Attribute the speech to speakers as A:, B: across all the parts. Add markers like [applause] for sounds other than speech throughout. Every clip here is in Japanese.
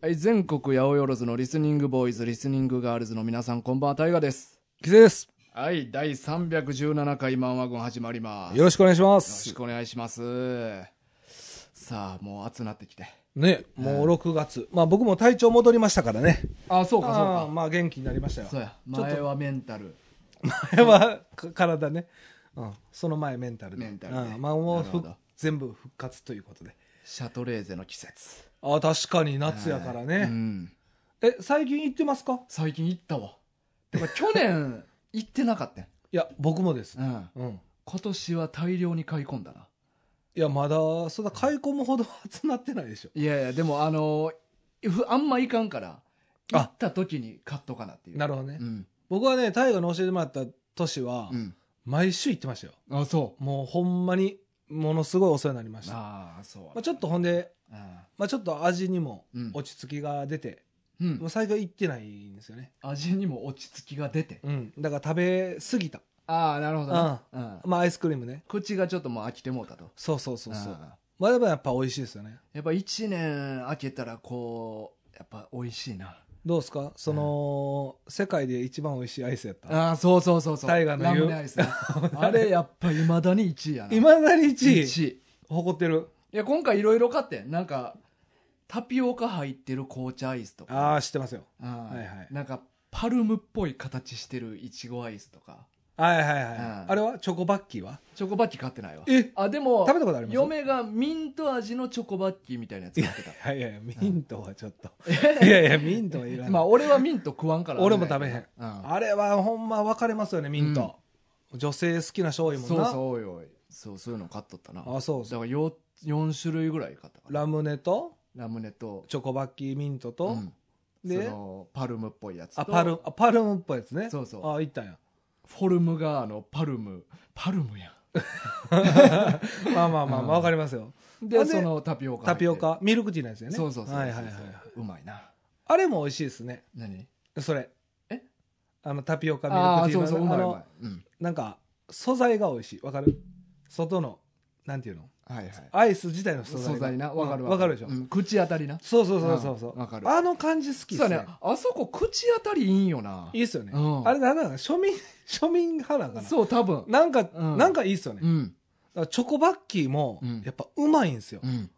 A: はい、全国八百万のリスニングボーイズ、リスニングガールズの皆さん、こんばんは、タイガです。
B: キセです。
A: はい、第317回マンワゴン始まります。
B: よろしくお願いしま
A: よろし
B: す。
A: くお願いします。さあ、もう暑なってきて。
B: ね、もう6月。まあ僕も体調戻りましたからね。
A: あ、そうか、そう
B: あー
A: か。
B: まあ元気になりましたよ。
A: そうや、
B: ちょっと
A: 前はメンタル。
B: [laughs] 前はか体ね。うん。その前メンタルで。
A: メンタルで
B: うんまあもう
A: なる
B: ふ
A: ほど
B: 全部復活ということで。
A: シャトレーゼの季節。
B: ああ、確かに夏やから
A: う
B: ね。
A: ん。
B: え、最近行ってますか
A: 最近行ったわ。てか、去年、 [laughs] 行ってなかったん
B: いや、僕もです。
A: うん。
B: うん。
A: 今年は大量に買い込んだな。
B: いや、まだ、そんな開口もほど集まってないでしょ。
A: いやいや、でもあのーふあんまいかんから、
B: あ
A: 行った時に買っとかなっていう。
B: な
A: る
B: るほどね。
A: うん。
B: 僕はね、大河の教えてもらった年は、
A: うん。
B: 毎週行ってましたよ。
A: あ、そ
B: もうほんまに、ものすごいお世話になりました。
A: ああ、そう。
B: まあ、ちょっとほんで、
A: あ
B: まあ、ちょっと味にも
A: うん
B: 落ち着きが出て、
A: ーう
B: も
A: ん。
B: う最近行ってないんですよね、
A: 味にも落ち着きが出て。
B: うん、だから食べ過ぎた、
A: ああ、なるほどな。うん。
B: まあ、アイスクリームね
A: 口がちょっともう飽きてもうたと。
B: そうそうそうそう
A: あ
B: まあでもやっぱ美味しいですよね
A: ーやっぱ一年開けたら、こう、やっぱ美味しいな。
B: どうですかその、世界で一番美味しいアイスやった
A: ああ、そうそうそうそう。
B: タイガーの
A: ラ
B: 言
A: ム
B: う
A: ネアイスね。あれ、やっぱ未だに1位やな。
B: い
A: [laughs]
B: まだ
A: 1
B: に1位
A: 位。
B: 誇ってる
A: いや、今回いろいろ買ってん。なんか、タピオカ入ってる紅茶アイスとか。
B: ああ知ってますよ
A: はい
B: はいはい
A: なんかパルムっぽい形してるいちごアイスとか
B: はいはいはい、
A: うん
B: あれはチョコバッキーは
A: チョコバッキー買ってないわ
B: え
A: あでも
B: 食べたことあります
A: 嫁がミント味のチョコバッキーみたいなやつ買ってた
B: いやいやミントはちょっと、 [laughs] いやいやミントはいらない、
A: まあ俺はミント食わんから
B: 俺も食べへん、
A: うん
B: あれはほんま分かれますよねミント、女性好きな醤油もん
A: そう
B: な
A: そうおいおいそうそういうの買っとったな
B: あそうそ
A: だ
B: う
A: からよ4種類ぐらい買ったから
B: ラムネと
A: ラムネと
B: チョコバッキーミントと、
A: うんそ
B: で
A: のパルムっぽいやつと
B: あパルあパルムっぽいやつね
A: そうそう
B: あ行ったん
A: [laughs]
B: や
A: フォルムがあのパルムパルムや
B: まあまあまあ、
A: うん
B: まあ、分かりますよ
A: んで
B: あで
A: そのタピオカ入
B: タ
A: って
B: ピ
A: る
B: オカミルクティーなんですよね
A: そうそうそう
B: はいはいは
A: そうそ
B: い
A: ううまいな
B: あれも美味しいですね
A: 何
B: それ
A: え
B: あのタピオカミ
A: ああ
B: ル
A: そ
B: ク
A: う
B: テ
A: そ
B: ィ
A: う
B: ー
A: うま
B: の
A: い
B: あ
A: う
B: の
A: まいうん
B: なんか素材が美味しい分かる外のなんていうの
A: はいはい
B: アイス自体の素
A: 素
B: 材
A: 材
B: が
A: なわかる
B: うんわかるでしょ、
A: うん口当たりな
B: そうそうそうそうそう
A: うんわかる
B: あの感じ好きで
A: そう
B: す
A: だ
B: ね
A: ねあそこ口当たりいいんよない
B: いっすよね、
A: うん
B: あれなんなの庶民庶民派なんかな
A: そう多分
B: なんか、
A: うん
B: なんかいいっすよね、
A: う
B: だ
A: ん
B: からチョコバッキーも
A: うん
B: やっぱうまいんですよ
A: う、ん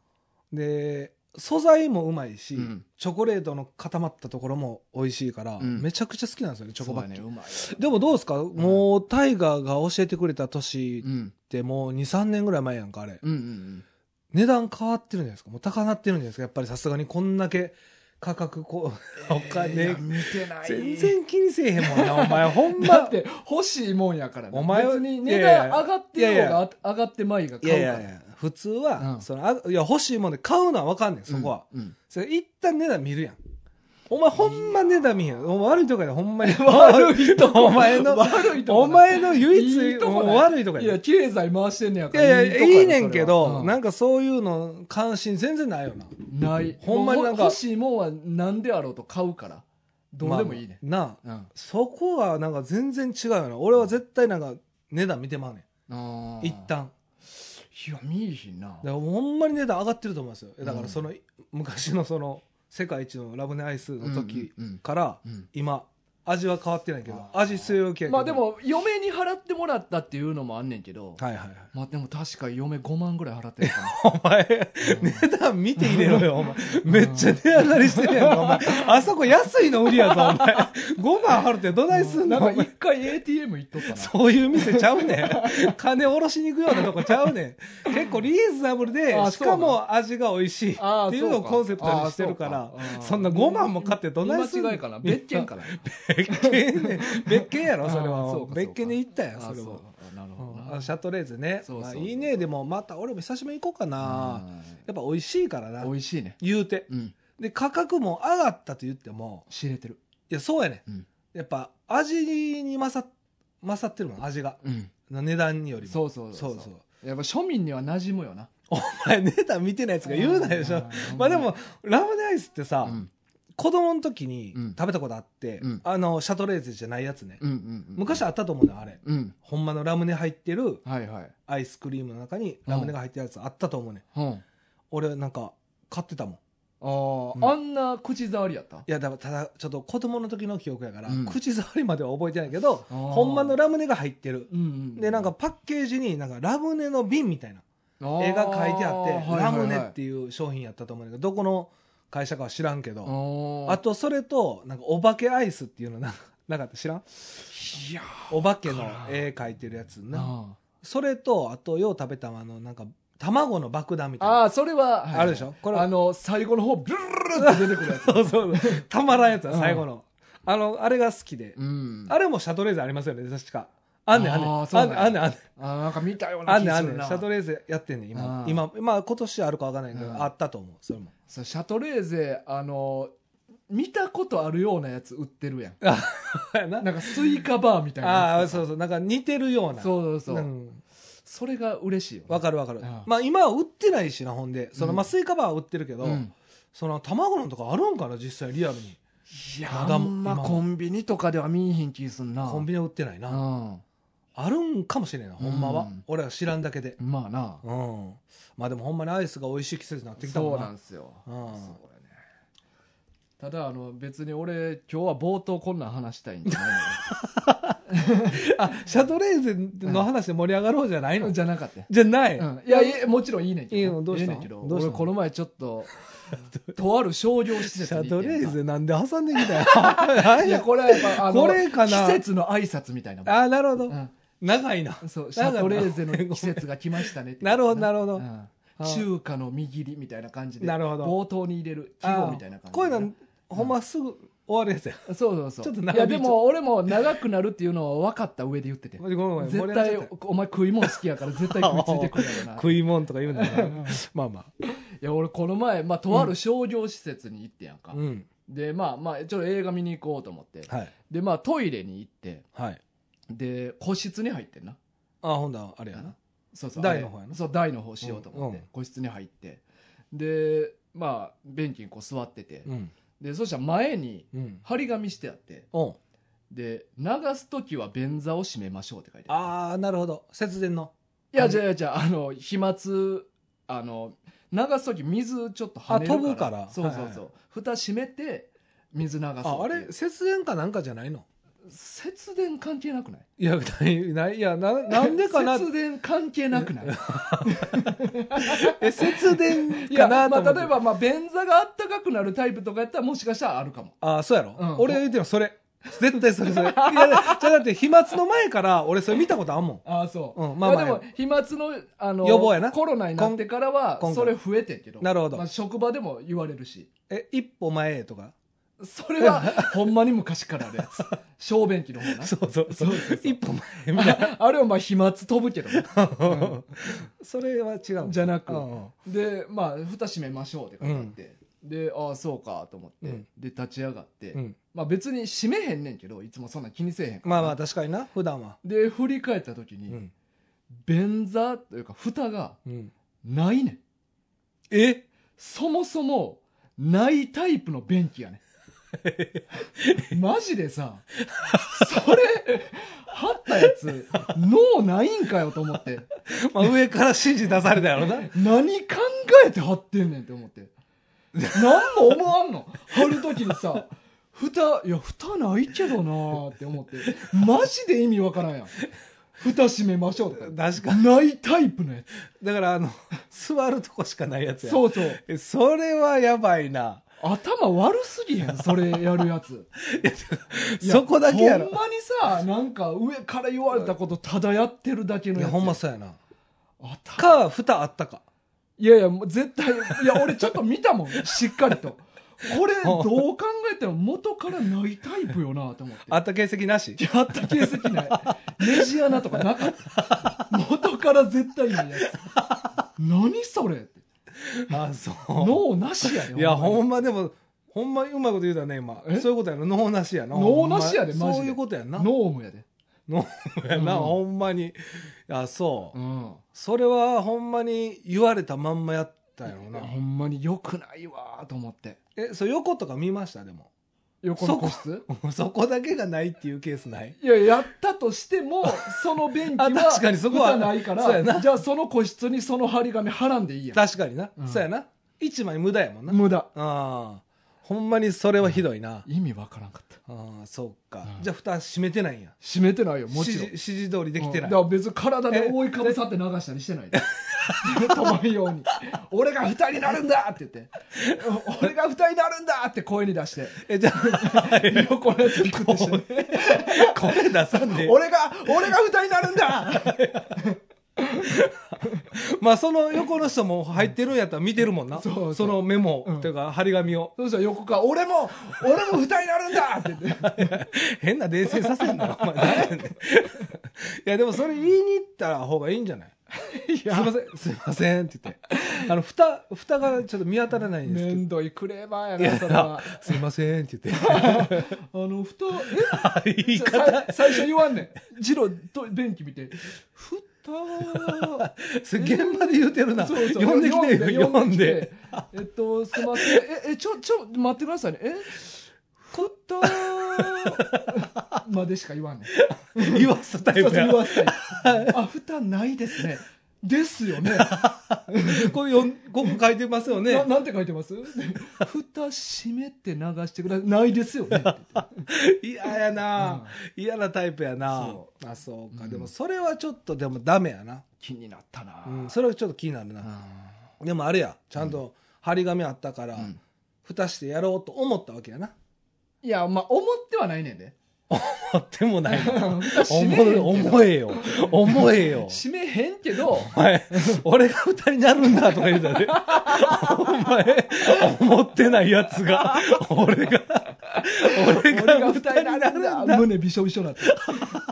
B: で素材もうまいし、
A: うん
B: チョコレートの固まったところも美味しいから、
A: うん
B: めちゃくちゃ好きなんですよねチョコバッキ
A: そ
B: ー、
A: うだねうまい
B: でもどうですか、もうタイガーが教えてくれた年
A: うんうん
B: ってもう23年ぐらい前やんかあれ
A: うんうん
B: 値段変わってるんじゃないですかもう高なってるんじゃないですかやっぱりさすがにこんだけ価格こ
A: [laughs]
B: うお
A: いや
B: 金
A: 見てない
B: 全然気にせえへんもんなお前ほん
A: だ
B: ま
A: って欲しいもんやからな
B: お前は
A: 別に値
B: い
A: 段
B: やいや
A: 上がってよう
B: いやい
A: があ上がって [laughs] まいが
B: い
A: 買
B: やいう
A: から
B: やいや普通は、
A: うん
B: そのあいや欲しいもんで買うのは分かんねんそこは、
A: うんうん
B: それ一旦値段見るやんお前ほんま値段見へんお前悪いとこやでほんまに
A: [laughs] 悪いとこ
B: お前の
A: 悪いとこ
B: お前の唯一
A: いいとこない
B: もう悪いとこ
A: い
B: や
A: や
B: で
A: 経済回してんねや
B: い
A: から
B: やいや
A: とこ
B: いい
A: ろ
B: ねんけど、
A: うん
B: なんかそういうの関心全然ないよな
A: ない
B: ほんまになんか
A: もう欲しいもんは何であろうと買うからどうでもいいね、
B: まあまあなあ
A: うん
B: そこはなんか全然違うよな俺は絶対なんか値段見てまうね
A: あ
B: ん一旦
A: いや見えひんな
B: だからほんまに値段上がってると思いますよだからその、昔のその世界一のラムネアイスの時
A: うんうんうん
B: から、
A: うん
B: 今味は変わってないけど
A: あー
B: 味据え置きやけど
A: まあでも嫁に払ってもらったっていうのもあんねんけど、
B: はいはいはい
A: まあでも確か嫁5万ぐらい払ってるか [laughs]
B: お前、値段見て入れろよ、お前。めっちゃ値上がりしてるやんか、お前。あそこ安いの売りやぞ、お前。5万払ってどないすん
A: な
B: の、
A: なん
B: お
A: か
B: 前
A: 一。回 ATM 行っとったな
B: そういう店ちゃうねん。金下ろしに行くようなとこちゃうねん。結構リーズナブルで
A: あ、
B: しかも味が美味しいって
A: あー
B: いうのを
A: そうか
B: コンセプトにしてるから
A: あーそう、か
B: そんな5万も買ってどないすんの
A: 見間違いかな [laughs] 別件かな
B: 別件ね。別件やろ、それ
A: あーそう
B: は。
A: か
B: 別件に行ったやん、
A: あ
B: それ
A: そ
B: は
A: う。あなるほど
B: うん
A: な
B: あシャトレーゼね。
A: そうそう
B: まあいいね。でも、また俺も久しぶりに行こうかな。やっぱ美味しいからな
A: うん。美味しいね
B: 言うて。
A: うん
B: で、価格も上がったと言っても、
A: 知れてる
B: いや、そうやね
A: うん
B: ん。やっぱ、味に勝っ、勝ってるもん、味が。
A: うん
B: 値段によりも。
A: そうそう
B: そうそう。 [laughs]
A: やっぱ庶民には馴染むよな
B: お前ネタ見てないやつが言うなでし
A: う
B: ょ
A: ん。
B: まあでも、ラムネアイスってさ、
A: うん
B: 子供の時に
A: うん
B: 食べたことあって、
A: うん
B: あの、シャトレーゼじゃないやつね。
A: うんうんうん
B: 昔あったと思うのよ、あれ。
A: うん
B: ほんまのラムネ入ってる
A: はいはい
B: アイスクリームの中にラムネが入ってるやつあったと思うね。
A: うん
B: 俺なんか買ってたもん。
A: ああ,、
B: うん
A: あんな口触りやった
B: いやだからただちょっと子供の時の記憶やから、
A: うん
B: 口触りまでは覚えてないけど
A: あー
B: ほんまのラムネが入ってる
A: うんうん
B: でなんかパッケージになんかラムネの瓶みたいな絵が描いてあってラムネって
A: いう
B: いう商品やったと思うんだけどどこの会社かは知らんけ
A: あ
B: ど
A: ー
B: あとそれとなんかお化けアイスっていうのな [laughs] なかった知らん
A: いや
B: お化けの絵描いてるやつな
A: あ
B: それとあとよう食べたのはあのなんか卵の爆弾みたいな
A: あーそれは、はい
B: あるでしょこれ
A: あの最後の方ブルルルルって出てくるや
B: [laughs]
A: つ、
B: [laughs] そうそうたまらんやつだ最後のあのあれが好きで
A: うん、
B: あれもシャトレーゼありますよね、確か。あんねん、あんねん。
A: あー
B: あ
A: そうん
B: ねん、
A: な
B: あ
A: ん
B: んねん、あんねん。
A: あーなんか見たような
B: あ
A: 気
B: んねん、
A: が
B: あ
A: す
B: んね
A: る
B: ん。
A: な
B: シャトレーゼやってんねん、今
A: あ。ー
B: 今、まあ今年あるかわかんない
A: う
B: けど、
A: ん
B: あったと思う、それも。
A: そうシャトレーゼあの見たことあるようなやつ売ってるやん
B: あ
A: [laughs] なんかスイカバーみたいな
B: [laughs] あ
A: や
B: ー、
A: つ
B: そうそう、なんか似てるような。
A: そうそうそう、
B: ん
A: それが嬉しいよね、
B: わかるわかる
A: うん。
B: まあ今は売ってないしな、ほんで。そ
A: う
B: の、
A: ん
B: まあスイカバーは売ってるけど
A: う、ん
B: その卵のとかあるんかな、実際リアルに。
A: いや
B: まだ
A: あんま
B: 今は
A: コンビニとかでは見えへん気すんな
B: コンビニは売ってないうな。
A: ん
B: あるんかもしれんな、ほんま
A: う
B: は
A: ん。
B: 俺は知らんだけで。
A: まあな
B: うん。まあでもほんまにアイスが美味しい季節になってきた
A: そ
B: も
A: うんな。
B: なん
A: ですよ
B: うん
A: そうだねただあの別に俺今日は冒頭こんなん話したいんじゃ
B: あ、シャトレーゼの話で盛り上がろうじゃない
A: ないの [laughs]
B: の
A: じゃなかったよ
B: じゃない。
A: うんいやいやもちろんいいねんけど
B: いいよどうした
A: いいねんけど
B: どうした
A: 俺この前ちょっ
B: [laughs]
A: ととある商業施
B: シ
A: 設
B: ャ
A: に行
B: ト
A: ってん
B: レ
A: か
B: ーゼなんで挟んできた [laughs] よ。何
A: いや
B: や
A: これはやっぱあの
B: これかな
A: 季節の挨拶みたいなもん
B: あ、なるほど。
A: う
B: 長いな。
A: んそうシ
B: なん
A: ャ
B: か
A: トレーゼの季節が来ましたねって
B: なるほど、なるほど
A: う。ん
B: あ
A: 中華の見切りみたいな感じで
B: なるほど
A: 冒頭に入れる季語みたいな
B: あ
A: 感じ
B: ーこういうの、ほんますぐ終わるやつや。
A: そうそうそう
B: ちょっと
A: い
B: 長
A: や
B: 引いち
A: で
B: ゃう
A: も俺も長くなるっていうのは分かった上で言ってて
B: ごめんごめん。
A: 絶
B: 盛り上がっち
A: 対
B: ゃったよ
A: お前食い物好きやから絶対食いついてくるやろな
B: [laughs] 食い物とか言うなよなまあま
A: いや俺この前、まあ、とある商業施設に行ってやんか、
B: あ。うん。
A: でまあまあちょっと映画見に行こうと思って
B: はい。
A: でまあトイレに行って
B: はい。
A: で個室に入ってんな
B: あ、ほんだら、あれやな。
A: そうそう
B: 台の方やな
A: そう台の方しようと思って、
B: うんうん
A: 個室に入ってでまあ便器にこう座ってて、
B: うん。
A: でそしたら前に
B: うん。
A: 張り紙してあって
B: おう
A: で流す時は便座を閉めましょうって書いてある
B: あー、なるほど。節電の。
A: いやじゃあじゃああの飛沫あの流す時水ちょっと跳ねるから
B: あ飛ぶか
A: そ
B: ら
A: うそうそう、
B: はいはい
A: 蓋閉めて水流す
B: あ、あれ、節電かなんかじゃないの
A: 節電関係なくない
B: いや、ない、ない、いや、な、 [laughs] なんでかな
A: 節電関係なくない
B: え、節電
A: いや
B: か
A: ま
B: なと思
A: あ、
B: って
A: 例えば、まあ、便座があったかくなるタイプとかやったらもしかしたらあるかも
B: ああ、そうやろ、
A: うん
B: 俺が言ってるの
A: [laughs]
B: それ。絶対それそれ。いや、じゃあだって、飛沫の前から、俺それ見たことあんもん。
A: ああそう、
B: うん
A: ま
B: ま
A: あ
B: あ
A: で
B: まあ
A: も飛沫のあの
B: 予防やな
A: コロナになってからは
B: こん
A: それ増えてんけど
B: なるほど
A: まあ、職場でも言われるし
B: え、一歩前へとか。
A: それ
B: [laughs]
A: はほんまに昔からあるやつ小便器の方な
B: そうそう
A: [laughs] そうそうそう
B: 一歩前 [laughs] みたい
A: あれはまあ飛沫飛ぶけどね
B: な。それは違う。
A: じゃなく
B: うんうん
A: でまあ蓋閉めましょうって書いてあって、でああそうかと思って、
B: うん
A: で立ち上がって、
B: うん。
A: まあ別に閉めへんねんけどいつもそんな気にせえへんから
B: まあまあ、確かにな、普段は。
A: で振り返った時
B: う
A: に、
B: ん。
A: 便座というか蓋が
B: うん。
A: ないねん
B: え
A: そもそもないタイプの便器やね
B: [laughs]
A: んマジでさそれ貼ったやつ脳ないんかよと思って
B: まあ、上から指示出されたやろな。
A: 何考えて貼ってんねんって思って何も思わんの貼る時にさ蓋いや蓋ないけどなーって思ってマジで意味わからんやん蓋閉めましょうって
B: 確か
A: ないタイプのやつ
B: だから、あの、座るとこしかないやつや。う。
A: そうそう
B: それはやばいな。
A: 頭悪すぎへんそれやるや
B: [laughs]
A: ついや
B: そこだけやろ
A: ほん。まにさなんか上から言われたことただやってるだけの
B: い
A: や
B: や、
A: つ
B: ほんまそうやな。
A: 頭
B: か、蓋あったか。
A: いやいやもう絶対いや俺ちょっと見た
B: [laughs]
A: もんしっかりとこれどう考えても元からないタイプよなと思って
B: あった形跡な
A: [laughs]
B: し。
A: やった形跡ないネジ穴とかなか
B: [laughs]
A: った元から絶対ないやつ何それって
B: あ、そう。
A: 脳なしやね
B: いや、ほ
A: ん
B: んまでも、ほんまにうまいこと言うたね、今
A: え。
B: そういうことやな。脳なしやな。
A: 脳なしやで
B: ほんま
A: マジで
B: そういうことやん
A: ま
B: な。
A: に脳無やで
B: 脳やな、
A: うん
B: ほんまに。あ、そう。
A: ん
B: それはほんまに言われたまんまやったよ
A: い
B: な
A: や。ほんまに良くないわーと思って
B: え、そう、横とか見ましたでも。 [laughs]
A: 横の個室
B: そこだけがないっていうケースない
A: いややったとしてもその便器は
B: あ確かにそこは
A: 蓋ないか
B: そうや
A: ら
B: な
A: じゃあその個室にその張り紙はらんでいいやん
B: 確かにな
A: うん。
B: そうやな。一枚無駄やもんな。
A: 無駄
B: ああ。ほんまにそれはひどいな。
A: 意味わからんかった
B: ああ、そっか
A: う。ん
B: じゃあ蓋閉めてないんや。
A: 閉めてないよもち
B: 指
A: ろん
B: 示指示通りできて
A: う
B: ない
A: んだ。から別に体で覆いかぶさって流したりしてないで止まんように [laughs] 俺が二人になるんだって言って [laughs] 俺が二人になるんだって声に出して
B: え、じゃ [laughs] あ、
A: 横のやつ食ってしまう
B: [laughs] これ出さんで。
A: 俺が俺が二人になるんだ [laughs]
B: まあ、その横の人も入ってるんやったら見てるもんな。
A: そうそう
B: のメモ、
A: うん
B: というか、張り紙を。
A: そしたら横から俺も俺も二人になるんだって言って
B: [laughs] 変な冷静させんな。お前、誰 [laughs] やねん。いや、でもそれ言いに行った方がいいんじゃない [laughs] すいません、すいませんって言って。あの、蓋、蓋がちょっと見当たらないんですけど。
A: 面倒いクレーバー
B: い
A: や
B: や
A: なそれは
B: すいませんって言っ
A: あのふと
B: て。 [laughs] 言
A: え
B: い
A: さ
B: 方、
A: 最初言わんねんジローと便器見てふた
B: す現場で言うてるな。
A: そうそう
B: 呼んできてよ、呼んで。。
A: えっと、すいません。え、え、ちょ、ちょ、待ってくださいね。え
B: [laughs]
A: こったまでしか言わんね。
B: 言わすタイ
A: そう
B: プ
A: 言
B: や。
A: わせたい。あ、蓋ないですね。ですよね。
B: これよん、ここ書いてますよね
A: な。なんて書いてます蓋閉めて流してください。ないですよね。
B: 嫌やな嫌なタイプやな
A: そ
B: あ、そうか。
A: うん
B: でもそれはちょっと、でもダメやな。
A: 気になったな。
B: うん、それはちょっと気になるな。でもあれや、ちゃんと張り紙あったから、
A: うん
B: 蓋してやろうと思ったわけやな。
A: いや、まあ、思ってはないねん
B: [laughs]
A: で。
B: あってもない [laughs] な。
A: 蓋閉めへん
B: 思
A: け
B: え
A: ど。
B: 思えよ。思えよ。
A: 閉めへんけど、
B: お前、俺が二人になるんだとか言うた [laughs] で。お前、思ってないやつが、俺が、
A: 俺
B: 俺が
A: が
B: 二
A: 二
B: 人
A: 人
B: に
A: に
B: な
A: な
B: る
A: る
B: ん
A: ん
B: だ。
A: だ。胸びしょびしょなって。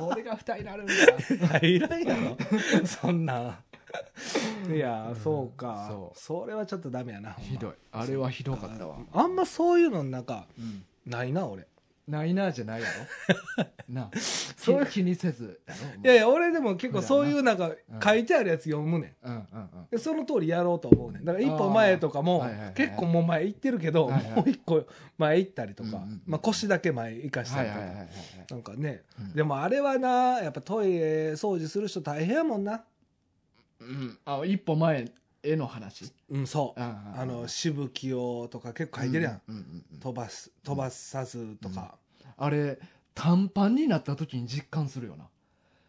A: 俺が二人になるんだ。
B: いらんやろ。 [laughs] そんな。いや、そうか。
A: そう
B: それはちょっとダメやな。ほんま
A: ひどい。あれはひどかったわ。
B: あんまそういうのなんか、
A: うん
B: ないな、俺。
A: ないなじゃないや [laughs] ろなあ
B: そういう
A: 気気にせずやろ
B: いやいや、俺でも結構そういうなんか
A: うん
B: 書いてあるやつ読むねん。
A: うんうん
B: でその通りやろうと思うねんだから一歩前とかも
A: あーはいはいはい
B: 結構もう前行ってるけど、
A: はいはい
B: もう一個前行ったりとか、
A: うんうんうん
B: まあ、腰だけ前行か
A: うん
B: した
A: はい
B: り
A: はい
B: とか、
A: はいはいはい
B: なんかね、
A: うん
B: でもあれはなやっぱトイレ掃除する人大変やもんな
A: うんあ一歩前への話
B: うんそう
A: あ
B: あのしぶきをとか結構書いてるやん、
A: うんうんうん
B: 飛ばす飛ばさずとか、
A: あれ短パンになった時に実感するよな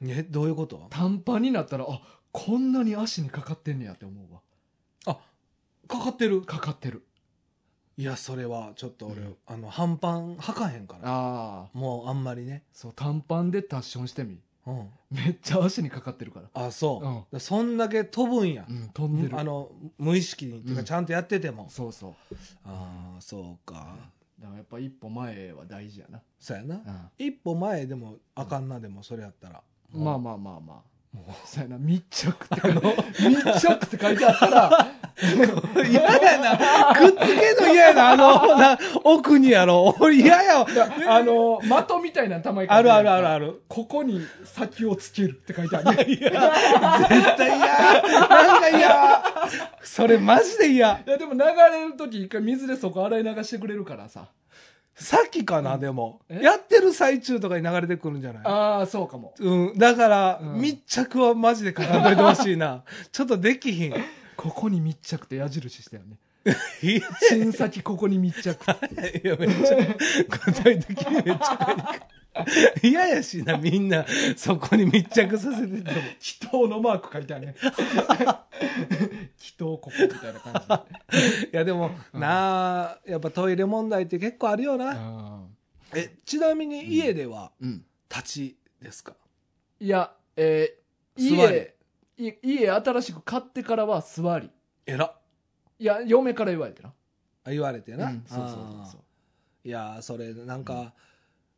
B: ねどういうこと
A: 短パンになったらあこんなに足にかかってんねやって思うわ
B: かかってる
A: かかってる
B: いやそれはちょっと俺、
A: うん
B: あの半パンはかへんから
A: ああ
B: もうあんまりね
A: そう短パンでタッションしてみ
B: うん
A: めっちゃ足にかかってるから
B: あそう、
A: うん
B: だからそんだけ飛ぶんや、
A: うん飛んでる
B: あの無意識にっていう
A: う
B: か
A: ん
B: ちゃんとやってても、
A: そうそう
B: ああそうか
A: だからやっぱ一歩前は大事やな
B: そうやな、
A: うん
B: 一歩前でもあかんなでもそれやった [laughs] ら、
A: まあ
B: も
A: まあまあまあ。
B: も
A: そうやな、密着って書いて、
B: の
A: 密着って書いてあったら、
B: う嫌やなくっつけんの嫌やなあのな奥にや [laughs] ろ俺嫌やわ
A: [laughs] あの、的みたいなのたまに書いて
B: あるあるあるあ
A: る。
B: る
A: ここに先をつける [laughs] って書いてある。
B: いや絶対嫌なんか嫌それマジで嫌
A: いや、でも流れるとき一回水でそこ洗い流してくれるからさ。
B: さっきかなでも
A: え
B: やってる最中とかに流れてくるんじゃない
A: ああ、そうかも。
B: うん、だから、
A: うん
B: 密着はマジでかかんといてほしいな。 [laughs] ちょっとできひん。 [laughs]
A: ここに密着って矢印した [laughs] よね。
B: い
A: 新先ここに密着って。
B: や、めっちゃ、 [laughs] 具体的にめっちゃ書いて嫌やしな、みんな、そこに密着させてても。
A: 祈祷のマーク書いてある [laughs] ね。祈祷ここみたいな感じで。
B: いや、でも、
A: うん
B: なあ、やっぱトイレ問題って結構あるよな。え、ちなみに家では、
A: うん。
B: 立ちですか、
A: いや、えー、
B: 座り
A: 家、い家新しく買ってからは座り。
B: えら。
A: いや、嫁から言われてな。
B: 言われてな。
A: うんそうそうそうそう。
B: う。いや、それ、なんか、
A: う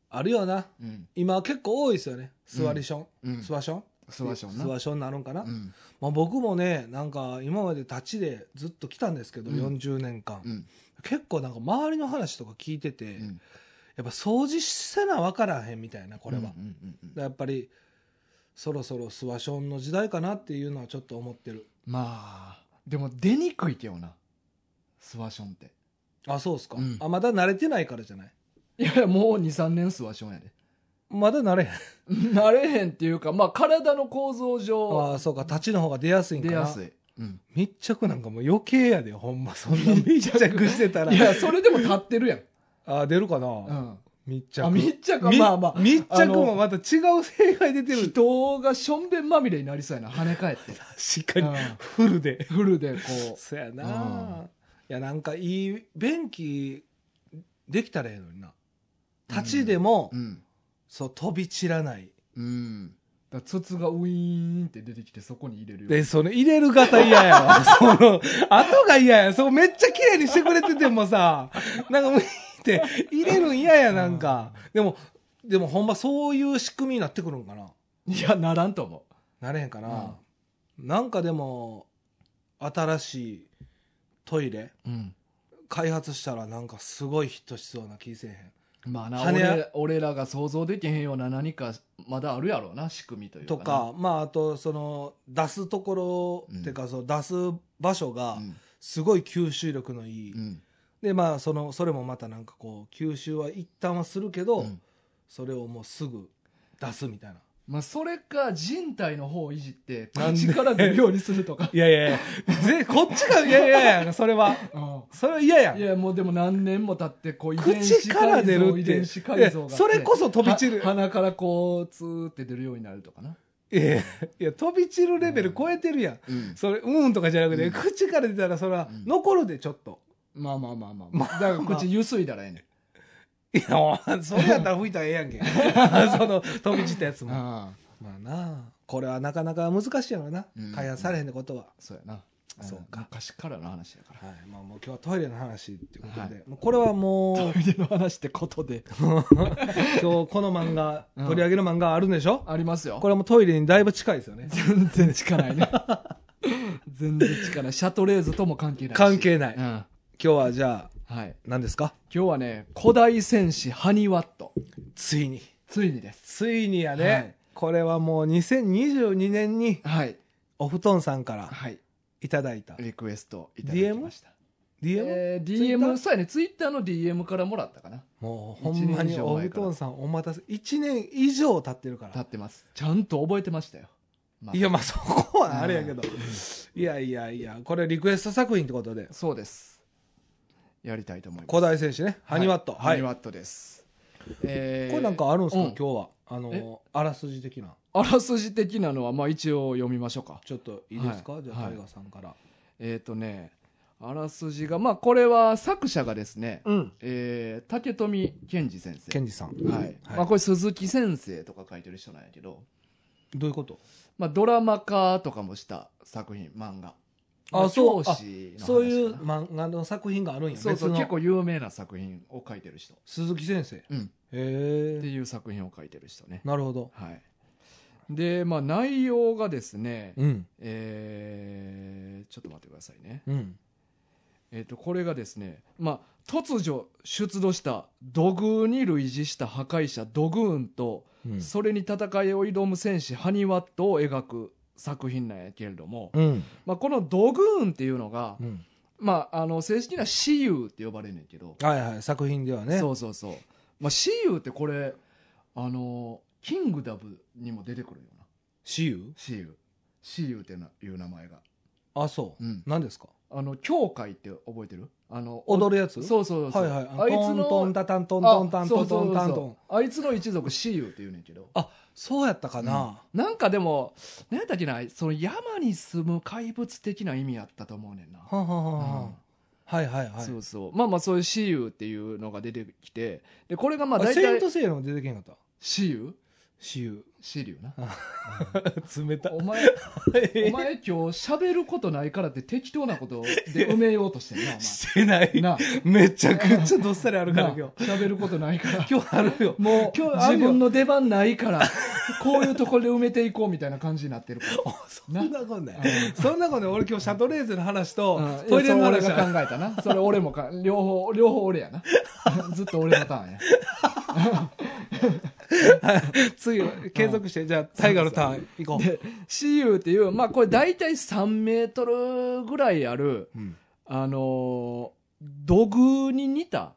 B: あるよな。
A: うん。
B: 今結構多いですよね。座りション。
A: うん。
B: スワション
A: スワションな
B: スワションなるんかな、
A: うん。
B: まあ、僕もねなんか今まで立ちでずっと来たんですけど、
A: うん
B: 40年間、
A: うん。
B: 結構なんか周りの話とか聞いてて、
A: う
B: やっ
A: ん
B: ぱ掃除せな分からへんみたいなこれは、だ
A: う
B: か
A: んうんうんうん
B: らやっぱりそろそろスワションの時代かなっていうのはちょっと思ってる
A: まあ、でも出にくいけどな。スワションって。
B: あそうっすか、
A: うん
B: あまだ慣れてないからじゃない
A: いやいや、もう2、3年スワション [laughs] やで。
B: ま
A: [laughs]
B: だ慣れへん
A: なれへんっていうか、まあ体の構造
B: あ
A: 上
B: あそうか立ちの方が出やすいんか
A: 出
B: な
A: やすい。うん
B: 密着なんかもう余計やでほんまそんな密着してた
A: [laughs]
B: ら
A: いやそれでも立ってるやん、
B: あ出るかな、
A: うん、
B: 密着
A: あ密着は
B: み
A: まあまあ
B: 密
A: あ
B: 着
A: の
B: もまた違う正解出てる
A: 人がしょんべんまみれになりそうやな跳ね返
B: [laughs]
A: って、
B: 確かにフルで
A: うんフルでこ
B: そやな、
A: う
B: いやなんかいい便器できたらええのにな立ちでも、
A: ううん
B: そう飛び散らない
A: うんだから筒がウィーンって出てきてそこに入れるよ
B: でその入れる方嫌やわ [laughs] その後が嫌やそうめっちゃ綺麗にしてくれてても [laughs] さなんか見て入れるん嫌やなんかでもでもほんまそういう仕組みになってくるんかない
A: やならんと思
B: なれへんかな、なんかでも新しいトイレ
A: う、うん、
B: 開発したらなんかすごいヒットしそうな気せえへん
A: まあな
B: 跳ね
A: 俺俺らが想像できへんような何かまだあるやろうな仕組みというか
B: と
A: な
B: か、まあ、あとその出すところ、
A: うん
B: てかその出す場所が
A: うん
B: すごい吸収力のいい、
A: うん
B: でまあそのそれもまたなんかこう吸収は一旦はするけど、
A: うん
B: それをもうすぐ出すみたいな。
A: まあ、それか人体の方をいじって
B: なんで
A: 口から出るようにする
B: [laughs]
A: とか
B: いやいやいや、ぜこっちが、いやいやいや、それは、
A: うん
B: それは嫌やん
A: い。やもうでも何年も経ってこう遺伝
B: 口
A: 子
B: から
A: 改
B: 出
A: 造
B: る
A: 遺
B: って
A: 伝子改造があっ
B: い
A: て
B: やそれこそ飛び散る
A: は鼻からこうツーって出るようになるとかな、
B: いやいや、飛び散るレベル超えてるやん。それ、うんとかじゃなくて、
A: うん
B: 口から出たら、それは
A: うん
B: 残るで、ちょっと。
A: まあまあまあまあ、
B: まあ
A: だから口ゆすいだらええね
B: いや、 [laughs] お前それやったら吹いたらええ
A: [laughs]
B: やんけ。その、飛び散ったやつ
A: ん、
B: も。
A: ああ
B: まあなあこれはなかなか難しいやろな、
A: うん
B: 開発されへんってことは、
A: そうやな
B: そうか
A: 昔からの話やから
B: はいまあ、もう今日はトイレの話っていうことで、
A: はい
B: もうこれはもう [laughs]
A: トイレの話ってことで
B: 今日この漫画、
A: うん
B: 取り上げる漫画あるんでしょ
A: ありますよ
B: これはもうトイレにだいぶ近いですよね
A: 全然聞かないね [laughs] 全然聞かないシャトレーゼとも関係ないし
B: 関係ない、
A: うん
B: 今
A: は
B: 日はじゃあ
A: い
B: 何ですか
A: 今日はね古代戦士ハニワット
B: ついに
A: ついにです
B: ついにやね、
A: はい
B: これはもう2022年に
A: はい
B: お布団さんから
A: はい
B: いただいた
A: リクエストいただきました
B: DM、
A: えー
B: Twitter？
A: DM そうやねツイッターの DM からもらったかな
B: もうほんま
A: 一年以
B: に
A: 上
B: お
A: 前
B: 布
A: から
B: 団さんお待たせ1年以上経ってるから
A: 立ってますちゃんと覚えてましたよ、まあ
B: いやまあそこはあれやけど、いやいやいやこれリクエスト作品ってことで
A: そうですやりたいと思います
B: 古代選手ねハニワット
A: はい
B: は
A: ハ
B: い、
A: ニワットです、えー
B: これなんかあるんですか、
A: うん
B: 今日はあのあらすじ的な
A: あらすじ的なのはまあ一応読みましょうか
B: ちょっといいですか、
A: はい
B: じゃあ
A: はい
B: タイガーさんから、
A: えっ、とねあらすじがまあこれは作者がですね、
B: うん
A: えー竹富健二先生
B: ケンジさん、
A: はい、まあ、これ鈴木先生とか書いてる人なんやけど、
B: どういうこと
A: まあ、ドラマ化とかもした作品漫画
B: あ
A: ま
B: そう
A: 教師の話かな
B: そういう漫画の作品があるんや
A: そうそう
B: 別の
A: 結構有名な作品を書いてる人、
B: 鈴木先生へ
A: うん、っ
B: え
A: ていう作品を書いてる人ね、
B: なるほど
A: はい、で、まあ、内容がですね、
B: うん
A: えーちょっと待ってくださいね、
B: うん
A: えー、とこれがですね、まあ、突如出土した土偶に類似した破壊者ドグーンと、
B: うん
A: それに戦いを挑む戦士ハニワットを描く作品なんやけれども、
B: うん
A: まあ、このドグーンっていうのが、
B: うん
A: まあ、あの正式には私有って呼ばれるんやけど、
B: はいはい作品ではね
A: そうそうそう、まあ、シーユーってこれあのキングダムにも出てくるよな
B: 私有
A: シーユーシーユーってないう名前が、
B: あそう、
A: うん
B: 何ですか
A: あの教会って覚えてるあの
B: 踊るやつ
A: そうそうそう、
B: はいはい
A: あいつの
B: トントンタタントントンタントントンタン
A: あそうそうそ
B: ト
A: う
B: ン
A: そうあいつの一族シーユーって言うねんけど
B: あそうやったかな、
A: なんかでも何やったっけなその山に住む怪物的な意味やったと思うねんな、
B: はんはんはんはん
A: うん
B: はいはいはい
A: そうそうまあまあそういうシーユーっていうのが出てきてでこれがまあ
B: あ
A: 大
B: セイン
A: 体
B: トセイヤも出てけんかった
A: シーユー
B: 私有
A: [laughs] シーリューな
B: 冷た
A: お前お前今日喋ることないからって適当なことで埋めようとしてん
B: [laughs]
A: な、
B: してない
A: お前。な
B: めちゃくちゃどっさりあるから
A: な
B: 今日
A: 喋ることないから。
B: 今日あるよ
A: もう
B: 今日ある
A: 自
B: よ
A: 分の出番ないから、こういうところで埋めていこうみたいな感じになってる
B: [laughs]
A: から。
B: そんなことないそんなことない俺今日シャトレーゼの話と
A: うん
B: トイレの
A: それ
B: 話
A: 俺が
B: だ
A: 考えたな。それ俺も
B: [laughs]
A: か、両方、両方俺やな。 [laughs] ずっと俺のターンや。
B: [laughs] 次継続してじゃあタイガーのターン行こう
A: で、私有っていう、まあこれ大体3メートルぐらいある、
B: うん
A: あのー土偶に似た、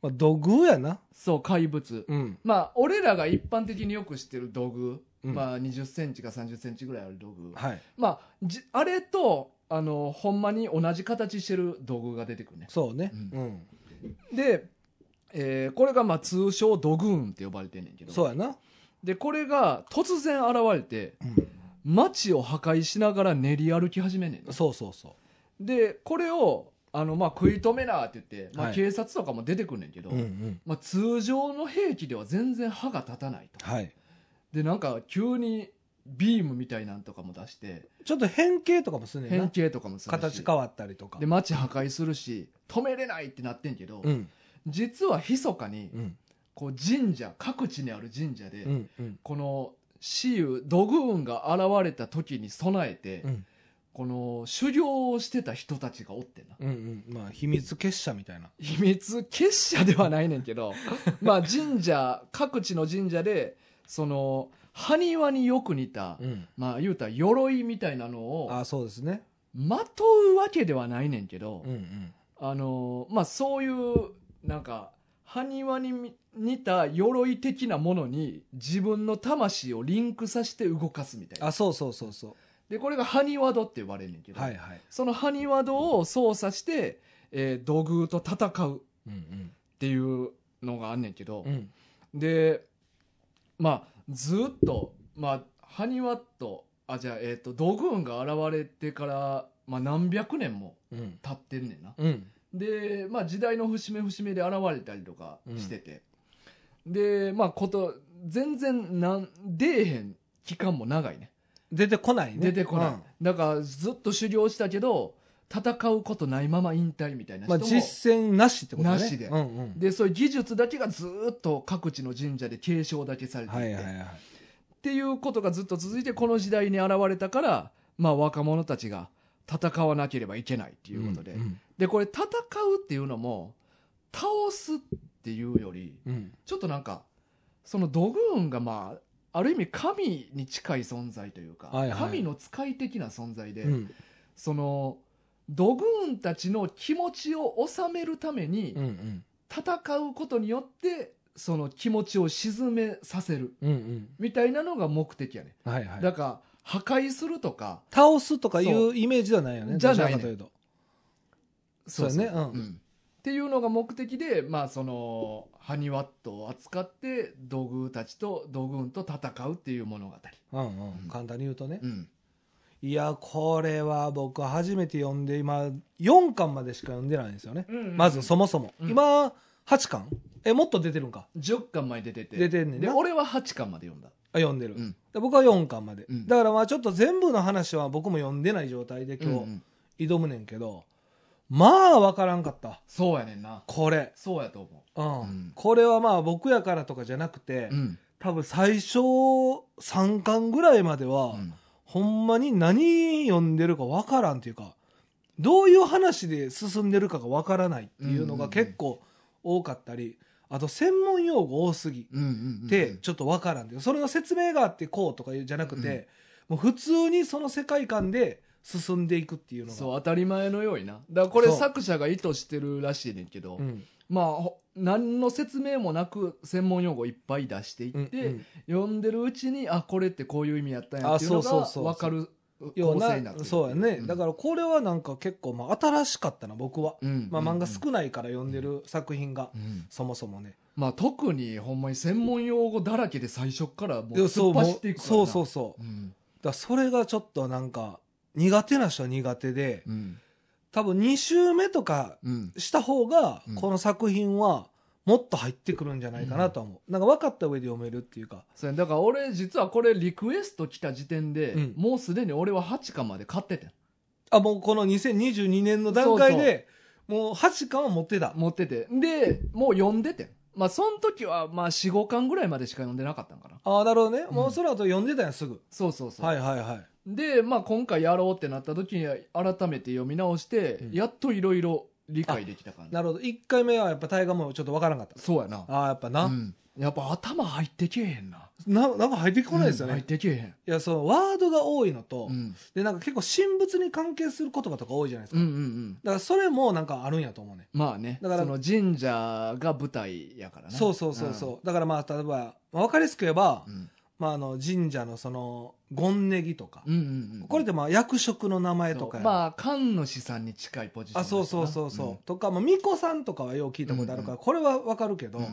B: まあ土偶やな
A: そう、怪物。
B: うん
A: まあ、俺らが一般的によく知ってる道具、
B: うん
A: まあ、20センチか30センチぐらいある道具、
B: はい
A: まあ、じあれと、あのほんまに同じ形してる道具が出てくるね
B: そうね。
A: う
B: うん。
A: で、えーこれがまあ通称ドグーンって呼ばれてんねんけど
B: そうやな。
A: でこれが突然現れて
B: うん。
A: 街を破壊しながら練り歩き始めんねんな
B: そうそうそ
A: でこれをあの、まあ、食い止めなって言って、まあ、
B: はい
A: 警察とかも出てくんねんけど、
B: う。うんうん。
A: まあ、通常の兵器では全然歯が立たないと
B: はい。
A: でなんか急にビームみたいなんとかも出して
B: ちょっと変形とかもすんねん
A: 変
B: な。
A: 形とかもするし
B: 形変わったりとか
A: で。街破壊するし止めれないってなってんけど、
B: うん。
A: 実は密かに
B: うん。
A: こう神社各地にある神社で、
B: うん。うん。
A: この私有土偶運が現れた時に備えて、
B: うん。
A: この修行をしてた人たちがおってんな
B: うんうん。まあ、秘密結社みたいな。
A: 秘密結社ではないねんけ
B: [laughs]
A: どまあ神社各地の神社でその埴輪によく似た、
B: うん。
A: まあ言うたら鎧みたいなの
B: あ
A: を
B: あ、そうですね。
A: まとうわけではないねんけど、
B: うんうん。
A: あのまあそういうなんか埴輪に似た鎧的なものに自分の魂をリンクさせて動かすみたいな
B: あ、そうそうそうそ
A: でこれが埴輪戸って呼ばれるんけ
B: う。
A: ど、
B: はいはい。
A: その埴輪戸を操作して、えー土偶と戦うっ
B: うん
A: ていうのがあんねんけど
B: う、ん。
A: でまあずっとまあ埴輪とあじゃあ、えー、と土偶が現れてから、まあ、何百年も
B: うん。うん。
A: 経ってんねんな
B: うん。
A: で、まあ、時代の節目節目で現れたりとかしてて、でまあこと全然なん出えへん期間も長いね
B: 出てこないね。
A: 出てこない、
B: うん
A: だからずっと修行したけど戦うことないまま引退みたいな
B: ま
A: 人
B: あ、
A: も、
B: 実践なしってことね。
A: なしで
B: うんうん。
A: でそういう技術だけがずっと各地の神社で継承だけされてい
B: は
A: て、
B: いはいはい。
A: っていうことがずっと続いてこの時代に現れたから、まあ、若者たちが戦わなければいけないっていうことで、
B: ん
A: でこれ戦うっていうのも倒すっていうより
B: うんうん
A: ちょっとなんかその土軍がまあある意味神に近い存在というか、
B: はいはい
A: 神の使い的な存在で、
B: うん
A: その土軍たちの気持ちを収めるために
B: うんうん
A: 戦うことによってその気持ちを沈めさせる
B: うんうん
A: みたいなのが目的やね、
B: はいはい
A: だから破壊するとか
B: 倒すとかい
A: そう
B: イメージではないよね
A: じゃないね
B: どちらかというと
A: そう
B: そう
A: ね、
B: やねうん
A: っていうのが目的で、まあ、そのハニワットを扱って土偶たちと土偶と戦うっていう物語、
B: うんうん簡単に言うとね
A: うん、
B: いやこれは僕初めて読んで今4巻までしか読んでないんですよねまずそもそも
A: うん
B: 今8巻えもっと出てるんか
A: 10巻まで出て
B: 出てんねん
A: で
B: な
A: 俺は8巻まで読んだ、
B: あ読んでる
A: うん
B: で僕は4巻まで
A: うん
B: だからまあちょっと全部の話は僕も読んでない状態で
A: う
B: 今
A: ん
B: 日挑むねんけどまあ分からんかった
A: そうやねんな
B: これ
A: そうやと思
B: う
A: うんん
B: これはまあ僕やからとかじゃなくて
A: う、うん
B: 多分最初3巻ぐらいまでは、
A: うん
B: ほんまに何読んでるかわからんっていうかどういう話で進んでるかがわからないっていうのが結構多かったり、あと専門用語多すぎ
A: うんうん
B: てちょっとわからんっていうそれの説明があってこうとかじゃなくて、もう普通にその世界観で進んでいくっていうのが
A: そう当たり前のようになだからこれ
B: そう
A: 作者が意図してるらしいねんけど、
B: うん
A: まあほ何の説明もなく専門用語いっぱい出していって、
B: うんうん
A: 読んでるうちにあこれってこういう意味やったんや
B: あ
A: っていうの
B: そう
A: が
B: そうそう
A: 分かる
B: よう
A: 構成になって
B: な
A: る、
B: そうやね、だかららこれはなんか結構まあ新しかったな僕は、
A: うん
B: まあ、漫画
A: い、
B: 少ないから読んでる作品が、
A: うん
B: そもそもね
A: まあ、特にほんまに専門用語だらけで最初からもう
B: で
A: 突
B: そう
A: っ走っていくから
B: そうそう
A: う
B: そうだか
A: ん
B: らそれがちょっとなんか苦手な人は苦手で
A: うん
B: 多分2週目とか
A: うん
B: した方が
A: うん
B: この作品はもっと入ってくるんじゃないかなとは思う、なんか分かった上で読めるっていうか
A: そうやだから俺実はこれリクエスト来た時点で、
B: うん
A: もうすでに俺は8巻まで買っててん
B: あもうこの2022年の段階でもう8巻は持ってた
A: 持っててでもう読んでてんまあその時はまあ45巻ぐらいまでしか読んでなかったんかな
B: ああなるほどね、もうんうその後読んでたんやすぐ
A: そうそうそう、
B: はいはいはい
A: で、まあ、今回やろうってなった時に改めて読み直して、
B: うん
A: やっといろいろ理解できた感じ
B: なるほど1回目はやっぱ大河もちょっと分からんかった
A: そうやな
B: ああやっぱな,、
A: うん、やっぱ頭入ってけえへんな
B: ななんか入ってこないですよね、
A: うん入
B: い
A: ってけえへん
B: やそのワードが多いのと、
A: うん
B: でなんか結構神仏に関係する言葉とか多いじゃないです
A: うんう
B: か、
A: んう
B: だ
A: ん
B: からそれもなんかあるんやと思うね
A: まあね
B: だから
A: その神社が舞台やからな
B: そうそうそうそう、だからまあ例えば、まあ、分かりやすく言えば、
A: うん、うん
B: まあ、あの神社のその権ネギとか、
A: うんうんうん、
B: これってまあ役職の名前とかやん
A: まあ神主さんに近いポジション
B: あ
A: だから
B: そう
A: な
B: そうそうそう、とか、まあ、巫女さんとかはよう聞いたことあるから、これはわかるけど、
A: うん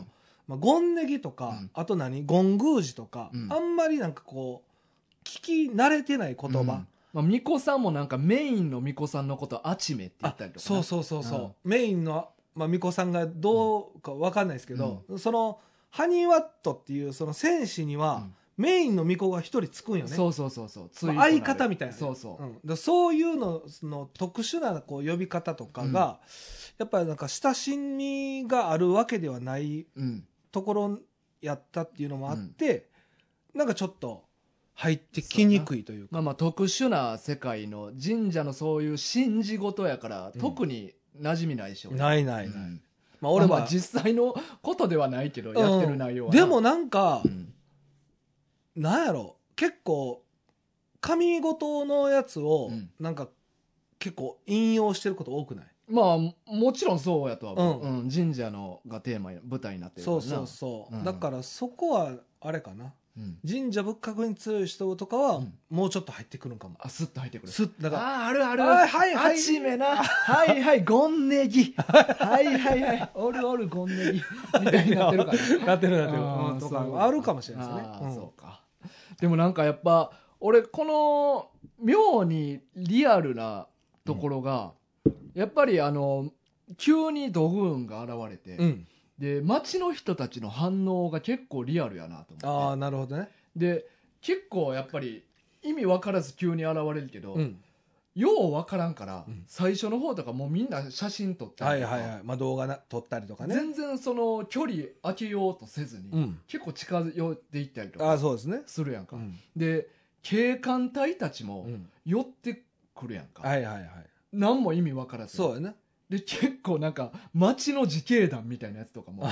B: まあ、ゴンネギとか、
A: うん
B: あと何ゴングージとか、
A: うん
B: あんまりなんかこう聞き慣れてない言葉、
A: うんまあ、巫女さんもなんかメインの巫女さんのことアチメって言っ
B: あ
A: たりとか
B: そうそうそうそう、メインの、まあ、巫女さんがどうかわかんないですけど、そのハニーワットっていうその戦士には、メインの巫女が一人つくんよね
A: そうそうそうそうつい
B: まあ
A: となる
B: 相方みたいな
A: そうそう、
B: うん、だそういうのその特殊なこう呼び方とかが、やっぱりなんか親しみがあるわけではない
A: うん
B: ところやったっていうのもあって、なんかちょっと入ってきにくいというか
A: まあまあ特殊な世界の神社のそういう神事事やから、
B: うん
A: 特に馴染みないしい
B: ないないない、まあ
A: 俺
B: 俺
A: は
B: は、
A: 実際のことではないけど、やってる内容はな
B: でも、なんか、
A: うん
B: なんやろ結構神事のやつを
A: うん
B: なんか結構引用してること多くない、
A: まあもちろんそうやとは思う、
B: う
A: うん神社のがテーマや舞台になってるから
B: そう
A: な
B: そうそう、
A: うん
B: だからそこはあれかな
A: うん
B: 神社仏閣に強い人とかは
A: うん
B: もうちょっと入ってくるんかも、
A: あスッと入ってくる
B: すだから
A: ああーあるある
B: あーはいはい
A: あちめなはいはいゴンネ
B: [laughs]
A: ギはいはいはいおるおるゴンネギみたいになってるから
B: [laughs] なってるなってる
A: あー
B: うんと
A: そう
B: かあるかもしれないですね
A: あ
B: う
A: ー
B: ん
A: そうかでもなんかやっぱ俺この妙にリアルなところが、やっぱりあの急にドグーンが現れて、
B: うん
A: で街の人たちの反応が結構リアルやなと
B: あ
A: 思っ
B: あなるほどね
A: てで結構やっぱり意味分からず急に現れるけど、
B: うん
A: よう分からんから、
B: うん
A: 最初の方とかもうみんな写真撮った
B: は
A: り
B: い
A: とか、
B: はいはいまあ動画な撮ったりとかね
A: 全然その距離空けようとせずに、
B: うん
A: 結構近寄っていったりと
B: あ
A: か
B: あそうですね
A: するやんか、
B: うん
A: で警官隊たち
B: う
A: も
B: ん
A: 寄ってくるやんか、
B: はいはいはい
A: 何も意味分からず
B: そうやね
A: で結構なんか町の自警団みたいなやつとか
B: [laughs]
A: も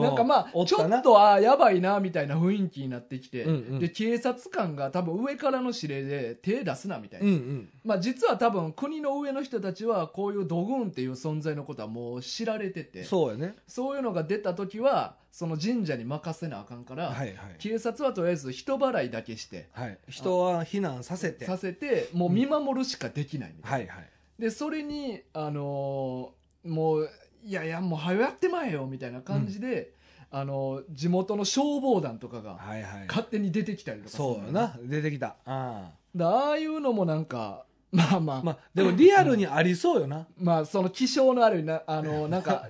A: な
B: [laughs] なん
A: か
B: [laughs]
A: まあちょっとああやばいなみたいな雰囲気になってきて、
B: うんうん
A: で警察官が多分上からの指令で手出すなみたいな、
B: うんうん
A: まあ実は多分国の上の人たちはこういうドグーンっていう存在のことはもう知られてて
B: そうやね
A: そういうのが出た時はその神社に任せなあかんから、
B: はいはい
A: 警察はとりあえず人払いだけして
B: はい人は避難させて
A: さ
B: は
A: せてもう見守るしかできないみたいな、
B: いはい
A: でそれにあのーもういやいやもう早やってまえよみたいな感じで、あのー地元の消防団とかが
B: はいはい
A: 勝手に出てきたりとかするの
B: そうやな出てきたあ
A: だああいうのもなんかまあまあ
B: あまあでもリアルにありそうよな
A: まあその気象のあるなあのなん
B: [laughs]
A: か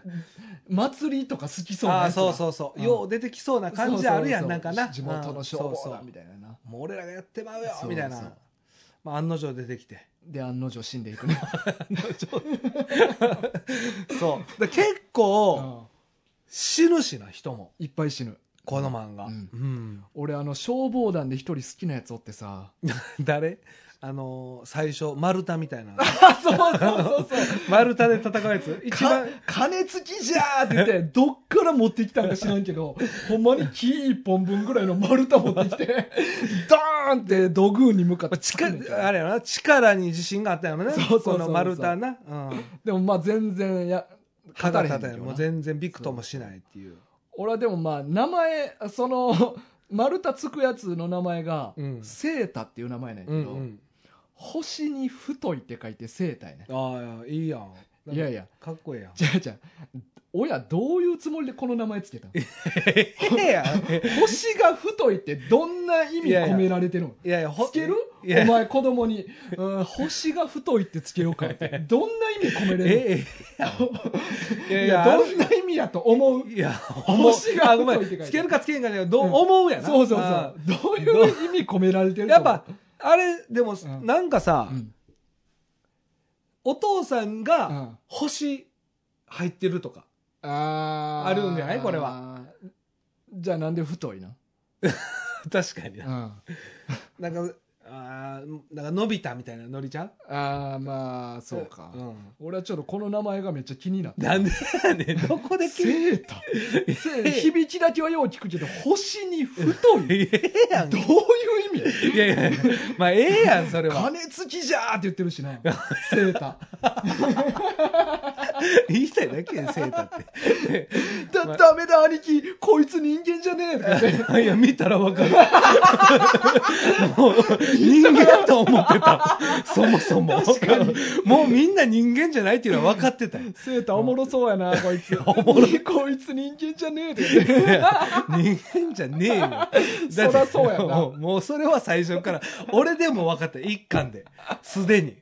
A: 祭りとか好きそうな
B: ああ
A: やつが
B: そうそうそう
A: うん
B: よう出てきそうな感じあるやん
A: そうそうそう
B: なんかな
A: 地元の消
B: うん
A: 防
B: そうそう
A: 団みたいなな
B: もう俺らがやってまうよ
A: そう
B: みたい
A: そう
B: な、まあ、案の定出てきて
A: で案の定死んでいくね、
B: そうだ結構死ぬしな人も
A: いっぱい死ぬ
B: この漫画、
A: うん
B: うん [laughs]
A: 俺あの消防団で一人好きなやつおってさ
B: 誰あのー最初丸太みたいな [laughs]
A: あそうそうそうそう
B: 丸太で戦うやつ一
A: か
B: 番
A: 金付きじゃーって言って、どっから持ってきたんか知らんけど、ほんまに木一本分ぐらいの丸太持ってきて、 [laughs] ドーンって土偶に向かっ
B: まあ
A: て突っ込んで
B: 力あれやな力に自信があったよね
A: そうそうそうそう
B: この丸太な、 [laughs] うん、
A: でもまあ全然や、語
B: 肩
A: れへん
B: 立
A: け
B: て
A: ど
B: もう
A: な。
B: 全然びくともしないっていう
A: 俺はでもまあ名前、その、丸太つくやつの名前が
B: うん、
A: セータっていう名前なんや
B: うん
A: け
B: う
A: ど、
B: ん
A: 星に太いって書いてセータやね。
B: ああいいやん
A: いやいや
B: かっこええやん
A: じゃあじゃあ、親どういうつもりでこの名前つ [laughs] けたん
B: ええやん
A: 星が太いってどんな意味込められてるの
B: いやいやほ
A: つける
B: いや
A: お前子供に、うん、星が太いってつけようか [laughs] って。どんな意味込めれる
B: ええいや
A: い
B: い
A: や、
B: や
A: どんな意味やと思う。
B: いや、
A: 星が
B: あごめ
A: 太いって書いてあ
B: ん。
A: る
B: つけるかつけへんかで、どう
A: うん
B: 思うやな。
A: そうそう
B: あ
A: そう。どういう意味込められて
B: ー
A: ると
B: やっ
A: 思う
B: ぱ、、あれ、でも、
A: ん
B: なんかさ
A: う、ん
B: お父さん
A: う
B: が
A: ん
B: 星入ってるとか。
A: あー
B: あるんじゃないこれは。
A: じゃあなんで太いな。
B: 確かに
A: うん。。あ
B: なんか、あーなんか、のびたみたいなノリちゃん
A: あー、まあ、そうか。
B: うん
A: 俺はちょっとこの名前がめっちゃ気になった。
B: なんでやねん。どこで聞い
A: セータ。[laughs]
B: て
A: 響きだけはよう聞くけど、星に太い。
B: ええやん
A: どう
B: け。
A: いう意味
B: いやいや、まあええやん、それは。
A: 金付きじゃーって言ってる [laughs] しな。セータ
B: 言いたいだけやん、セータって。
A: ー。だ、ダメだ、兄貴。こいつ人間じゃねえとか [laughs] 言って。
B: [laughs] いや、見たらわかる。もう、人間と思ってた。そもそも。もうみんな人間じゃないっていうのは分かっ
A: [laughs]
B: てたよ。
A: セーターおもろそうやな、こいつ。 [laughs] こいつ人間じゃねえとか言って。
B: いや人間じゃねえよ。だって
A: そらそうやな
B: もうもうそれは最初から、俺でも分かった。一巻で。すでに。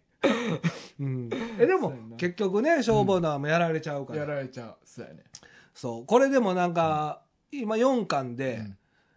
B: うん、えでも
A: そうやな
B: 結局ね消防団もやられちゃうから、
A: [laughs] やられちゃう。そうやね。
B: そうこれでもなんか、今4巻で、
A: うん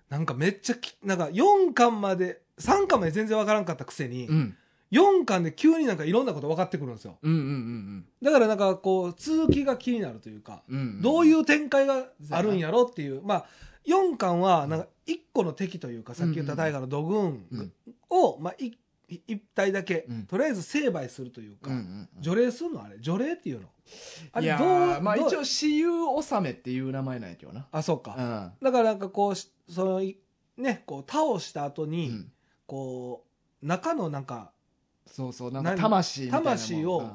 B: なんかめっちゃきなんか4巻まで3巻まで全然分からんかったくせに、
A: うん。
B: 4巻で急になんかいろんなこと分かってくるんですよ
A: うんうん
B: だからなんかこう続きが気になるというか、
A: うんうん。うん
B: どう
A: う
B: い
A: ん。
B: う展開があるんやろっていうまあ4巻はなんか1個の敵というかさっき言った大河のドグ
A: うんう
B: ン
A: ん
B: を、まあ、い一体だけ、
A: うん
B: とりあえず成敗するというか、
A: うんうんうん
B: 除霊するのあれ除霊っていうのあ
A: い
B: れ
A: や
B: ど
A: ー
B: う
A: まあ
B: どう
A: 一応、私有納めっていう名前なんやけどな。
B: あそうか、
A: うん。
B: だからなんかこうしそのいねこう倒した後
A: う
B: に、
A: ん
B: こう中のなんか
A: そうそう、なんか
B: 何
A: 魂みたいなもん。
B: 魂を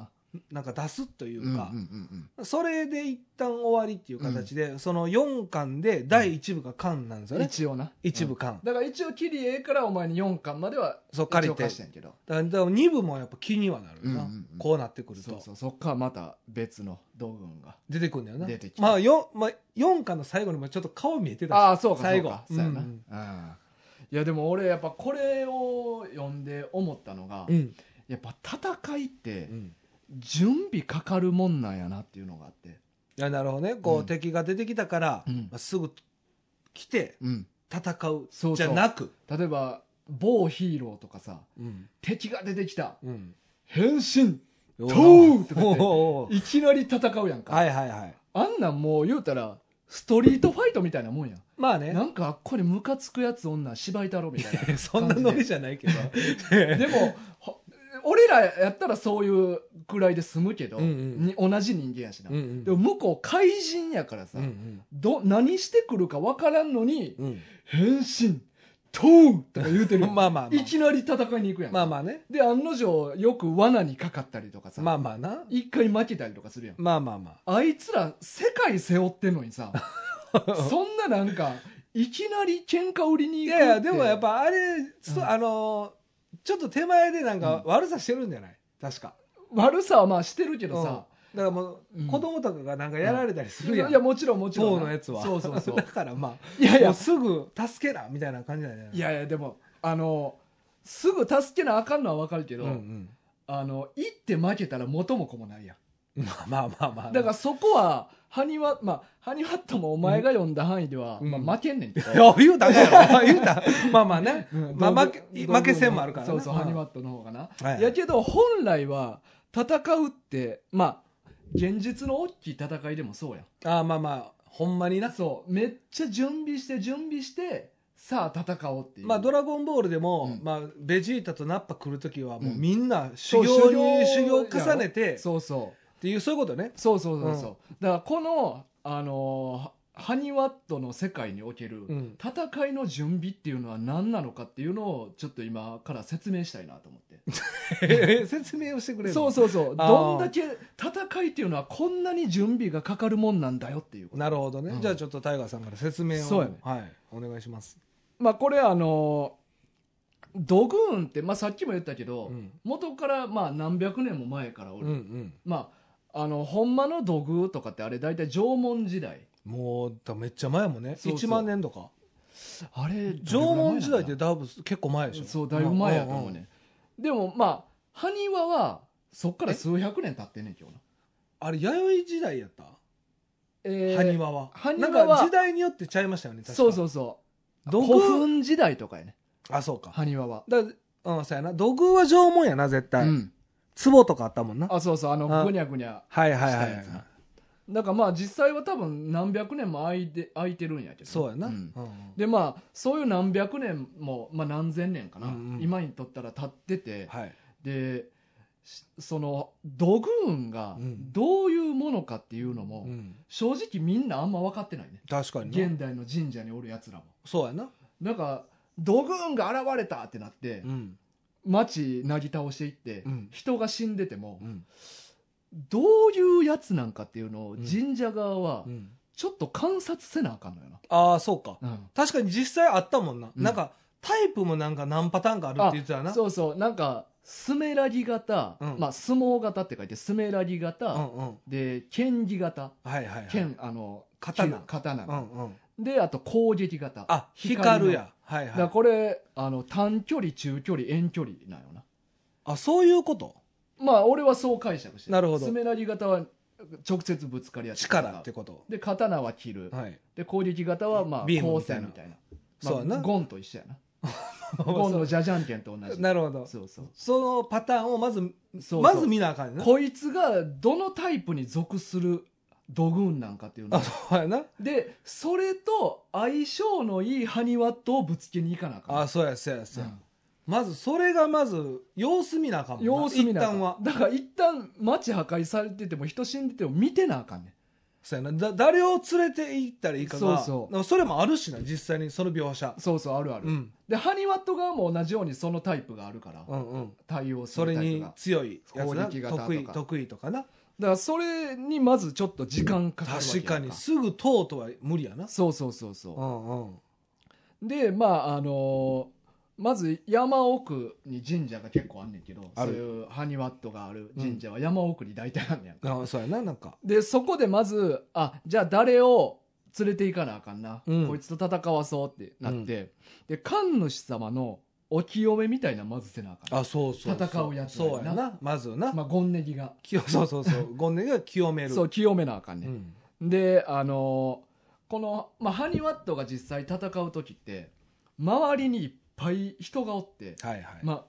B: なんか出すといううんか、
A: うんうん
B: それで一旦終わりっていう形で、その4巻で第1部が巻なんです
A: う
B: よ
A: ん。
B: ね、
A: 一応な。
B: 一部
A: うん。
B: 巻、
A: だから一応、キリええからお前に4巻までは
B: そう借り
A: 一応
B: てだ
A: 貸してんけど。
B: からだから2部もやっぱ気にはなるよ
A: う
B: な、
A: んうんうん
B: こうなってくると
A: そうそう、そっからまた別の道具が。
B: 出てくるんだよな
A: 出てきて
B: まあ、よまあ、4巻の最後にもちょっと顔見えてたし [laughs]
A: ああ、そうか、
B: 最
A: 最
B: 後
A: 後。そうやな。
B: う
A: うんんいや、でも俺、やっぱこれを読んで思ったのが
B: う、ん
A: やっぱ戦いっ
B: う
A: て
B: ん
A: 準備かかるもんなんやなっていうのがあって。
B: いやなるほどねこう、
A: うん
B: 敵が出てきたから、
A: うん
B: まあ、すぐ来て
A: うん。
B: 戦う
A: そう
B: じ
A: そ
B: ゃ
A: う。
B: なく
A: 例えば、某ヒーローとかさ、
B: うん
A: 敵が出てきた。
B: うん
A: 変身
B: お
A: トゥーとか
B: お
A: 言って
B: お
A: いきなり戦うやんか。
B: はいはいはい
A: あんなんもう言うたら、ストリートファイトみたいなもんや。
B: まあね。
A: なんかあっこにムカつくやつ女、芝居太郎みたいな
B: [laughs] そんなノリじゃないけど
A: でも、ほ俺らやったらそういうぐらいで済むけど、
B: [laughs] うんうん
A: に同じ人間やしな。
B: うんうん
A: でも向こう怪人やからさ、
B: うん
A: ど、何してくるかわからんのに、
B: うん
A: 変身、トゥーとか言うてるや
B: うん
A: ん
B: まあまあまあ
A: いきなり戦いに行くやん。
B: まあまあね
A: で、案の定、よく罠にかかったりとかさ、
B: まあまあな
A: 一回負けたりとかするやん。
B: まあまあまあ
A: あいつら世界背負ってんのに
B: [laughs]
A: さ、そんななんか、いきなり喧嘩売りに
B: い
A: 行く
B: やいやでもやっ、ぱあれ、そ
A: うん
B: あのーちょっと手前でなんか悪さしてるんじゃない確か
A: 悪さはまあしてるけどさ、
B: だからもう、
A: うん
B: 子供とかがなんかやられたりする
A: い
B: や
A: や
B: ん、
A: いやもちろんもちろん
B: 当
A: な。
B: のやつは
A: そうそうそ
B: [laughs] だ
A: う。
B: からま
A: いや
B: あ
A: い
B: もう
A: や、
B: すぐ助けなみたいな感じだよね
A: いやいや、でも、あの、すぐ助けなあかんのはわかるけ
B: う
A: ど、
B: んうん
A: あの、行って負けたら元も子もないやん。
B: まあまあまあまあ
A: だからそこは、ハニワ、まあ、ハニワットもお前が読んだ範囲では、
B: うん
A: まあ負けんねんけど。
B: いや言うたらあ
A: [laughs]
B: かんやろ言うたらまあまあね、
A: うん
B: まあ、負
A: 道
B: け
A: 具
B: 負け戦もあるからね
A: そうそう、ハニ
B: ん
A: ワットの方がな。
B: はい
A: やけど本来は戦うってまあ現実の大きい戦いでもそうやん
B: ああまあまあほんまにな
A: そうめっちゃ準備して準備してさあ戦おうっていう
B: まあ、ドラゴンボールでも、
A: うん
B: まあ、ベジータとナッパ来るときはもううんみんな
A: そう
B: 修行に
A: 修行
B: 修行を重ねてっ
A: そうそう
B: ていうそういうことね
A: そうそうそうそう、だからこのあのーハニワットの世界における [laughs]
B: うん
A: 戦いの準備っていうのは何なのかっていうのをちょっと今から説明したいなと思って
B: 説明をしてくれる
A: そうそうそう
B: あー
A: どんだけ戦いっていうのはこんなに準備がかかるもんなんだよっていうこと
B: なるほどね、
A: うん
B: じゃあちょっとタイガーさんから説明を
A: そうやね
B: はい、お願いします、
A: まあこれあのドグーンって、まあ、さっきも言ったけど、
B: うん
A: 元からまあ何百年も前からお
B: うん
A: る、
B: うん、
A: まああのほんまの土偶とかってあれ大体縄文時代
B: もうだめっちゃ前もね
A: そうそう
B: 1万年とか
A: あれ
B: 縄文時代ってだいぶ結構前でしょ
A: そうだいぶ前やと思うね、
B: んんん
A: でもまあ埴輪はそっから数百年経ってんねん今日な
B: あれ弥生時代やった
A: えー
B: 埴輪は
A: 埴
B: な
A: 輪
B: ん
A: は
B: か時代によってちゃいましたよね確か
A: そうそうそう
B: 土
A: 古
B: 偶
A: 墳時代とかやね
B: あそうか
A: 埴輪は
B: だうんそうやな土偶は縄文やな絶対、
A: うん、
B: 壺とかあったもんな
A: あそうそうあ
B: あ
A: のぐにゃぐにゃ
B: はいはい
A: し
B: は
A: た
B: い
A: や
B: はい
A: つなだからまあ実際は多分何百年も空いて空いてるんやけど
B: そうやな、
A: ん
B: うん
A: でまあそういう何百年も、まあ、何千年かな、
B: うんうん
A: 今にとったら経ってて、
B: はい、
A: でしその土軍が
B: うん
A: どういうものかっていうのも、
B: うん、
A: 正直みんなあんま分かってないね
B: 確かにな
A: 現代の神社におるやつらも
B: そうやな
A: だからドグーンが現れたってなって
B: うん
A: 街なぎ倒していって、
B: うん
A: 人が死んでても
B: うん
A: どういうやつなんかっていうのを
B: うん
A: 神社側は
B: うん
A: ちょっと観察せなあかんのよな、
B: ああそうか
A: うん
B: 確かに実際あったもんな、
A: うん
B: なんかタイプもなんか何パターンかあるって言ってたな
A: そうそうなんかスメラギ型、
B: うん
A: まあ、相撲型って書いてスメラギ型、
B: うんうん
A: で剣技型
B: はいはい、はい、
A: 剣あの
B: 刀
A: き刀、
B: うんうん
A: であと攻撃型
B: あ光るやはい
A: だから
B: はい
A: これあの短距離中距離遠距離なんよな
B: あそういうこと
A: まあ俺はそう解釈して
B: なるほど
A: スメラギ型は直接ぶつかり合って
B: 力ってこと
A: で刀は切る
B: はい
A: で攻撃型はまあ
B: ビー
A: 光
B: ムみたい
A: 線
B: な
A: みたいな
B: そうや
A: まあ
B: な
A: ゴンと一緒やなゴン
B: [laughs] そ
A: のジャジャンケンと同じ
B: うなるほど
A: そうそう
B: そのパターンをまず
A: そう
B: まず見なあかんねんな
A: こいつがどのタイプに属する土軍なんかっていうの
B: あそうやな
A: でそれと相性のいいハニワットをぶつけに行かなあかん
B: あそうやそうやそうや、
A: うん
B: まずそれがまず様子見なあかんもんな
A: 様子見なあかん
B: 一旦は
A: だから一旦街破壊されてても人死んでても見てなあかんねん
B: そうやなだ誰を連れて行ったらいいかが
A: そうそう
B: でもそれもあるしな実際にその描写
A: そうそうあるある、
B: うん
A: でハニワット側も同じようにそのタイプがあるから
B: うんうん
A: 対応す
B: そ
A: る
B: れ
A: タイプ
B: に
A: が
B: 強いやつ
A: 攻
B: な
A: 撃型とか
B: 得意得意とかな
A: だからそれにまずちょっと時間かかるわけや
B: 確
A: ん
B: かにすぐ通うとは無理やな
A: そうそうそうそうう、
B: んうん
A: でまああのーまず山奥に神社が結構あんねんけど
B: あ
A: そう
B: る
A: いうハニワットがある神社は山奥に大体あんねやんか、
B: あそうやななんか
A: でそこでまずあじゃあ誰を連れて行かなあかんな、
B: うん
A: こいつと戦わそうってなって、で神主様のお清めみたいなのまずせなあかん
B: あそうそうそ
A: 戦うやつやな
B: そうやなまずな、
A: まあ、ゴンネギが
B: 清 [laughs] そうそうそうゴンネが清める
A: そう清めなあかんね、
B: うん
A: であのーこの、まあ、ハニワットが実際戦う時って周りにいっぱい人がおって、
B: はいはい、
A: まあ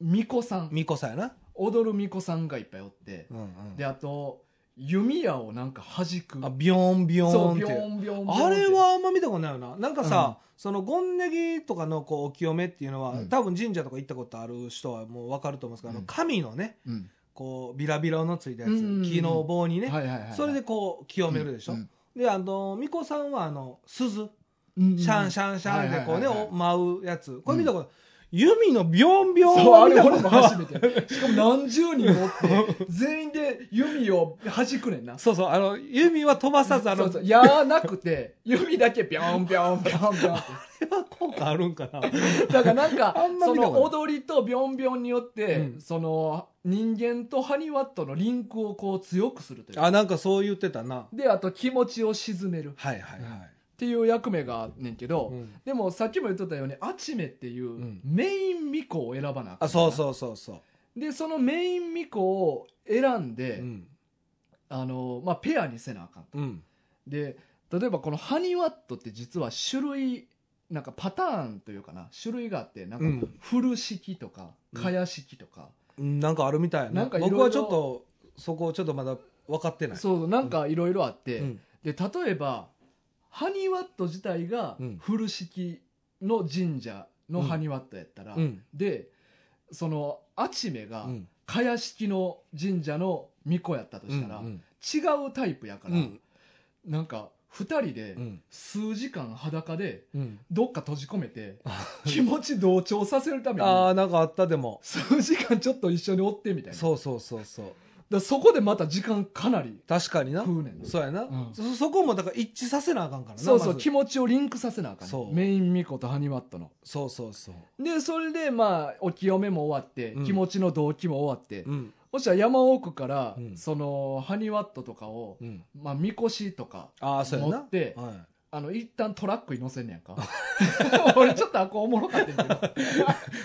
A: 巫女さん
B: 巫女さんやな、
A: 踊る巫女さんがいっぱいおって
B: う、んうん、
A: であと弓矢をなんか弾く
B: あビヨーンビヨ
A: そう
B: ーンっ
A: ビ
B: て
A: ョンビョンビョンって
B: あれはあんま見たことないよななんかさ、そのゴンネギとかのこうお清めっていうのは、
A: うん
B: 多分神社とか行ったことある人はもう分かると思うんですけど、あ
A: うん
B: の神のね
A: うん
B: こうビラビラのついたやつ、
A: うんうんうん
B: 木の棒にね、
A: はいはいはいはい
B: それでこう清めるでしょ、
A: うん
B: であの巫女さんはあの鈴
A: うん
B: シャンシャンシャンでこう
A: はいはい
B: ね、
A: はいはい
B: お舞うやつこれ見たこと、弓のビョンビョン
A: そう、
B: は
A: あ
B: 見
A: れ
B: たこ
A: 俺も
B: とない
A: 初めて。しかも何十人もおって、全員で弓を弾くねんな。
B: そうそうあの弓は飛ばさずあ
A: そ
B: の
A: うそう。やーなくて、弓だけビョンビョンビョンビョンっ
B: あれは効果あるんかな
A: て。 [laughs] だからなんか
B: あん、ま
A: そ
B: 見たことない
A: の踊りとビョンビョンによって、
B: うん
A: その人間とハニワットのリンクをこう強くするというか
B: あなんかそう言ってたな
A: で、あと気持ちを沈めるっ
B: はいはいは
A: ていう役目があんねんけど、
B: い、うん
A: でもさっきも言っとったように、アチメっていううんメイン巫女を選ばなあか
B: あ
A: ん。
B: そうそうそうそう
A: で、そのメイン巫女を選んで、
B: ううん
A: あのまあ、ペアにせなあかんと
B: うん
A: で例えばこのハニワットって実は種類なんかパターンというかな種類があってな
B: うん
A: か
B: ん
A: フル式とか
B: うん
A: かや式とか、
B: なんかあるみたいやな
A: なんかいろいろ
B: 僕はちょっとそこをちょっとまだ分かってない
A: そうなんかいろいろあって、
B: うん
A: で例えばハニワット自体が
B: うん
A: フル式の神社の
B: うん
A: ハニワットやったら、
B: うん
A: でそのアチメ
B: う
A: が
B: ん
A: かや式の神社の巫女やったと
B: う
A: したら、
B: ん
A: 違うタイプやか
B: う
A: ら、
B: ん
A: なんか2人で
B: うん
A: 数時間裸で、
B: うん
A: どっか閉じ込めて、 [laughs] 気持ち同調させるために、
B: ああなんかあったでも
A: 数時間ちょっと一緒におってみたいな。だか
B: そうそうそうそう
A: らそこでまた時間かなり
B: 確かにな
A: 食うねんな。
B: そうやな、
A: うん
B: そそこもだから一致させなあかんからな
A: そうそう、
B: まず
A: 気持ちをリンクさせなあかんね、
B: そう
A: メインミコとハニワットの。
B: そうそうそう、
A: で、それでまあ、お清めも終わって、
B: うん
A: 気持ちの動機も終わって、
B: うん
A: もしは山奥から、
B: うん
A: その、ハニワットとかを、
B: うん、
A: まあ、みこしとか、
B: ああそうやな
A: 持って
B: は
A: あの、一旦トラックに乗せんねやん [laughs] か。俺ちょっとあこうおもろかったんやけど。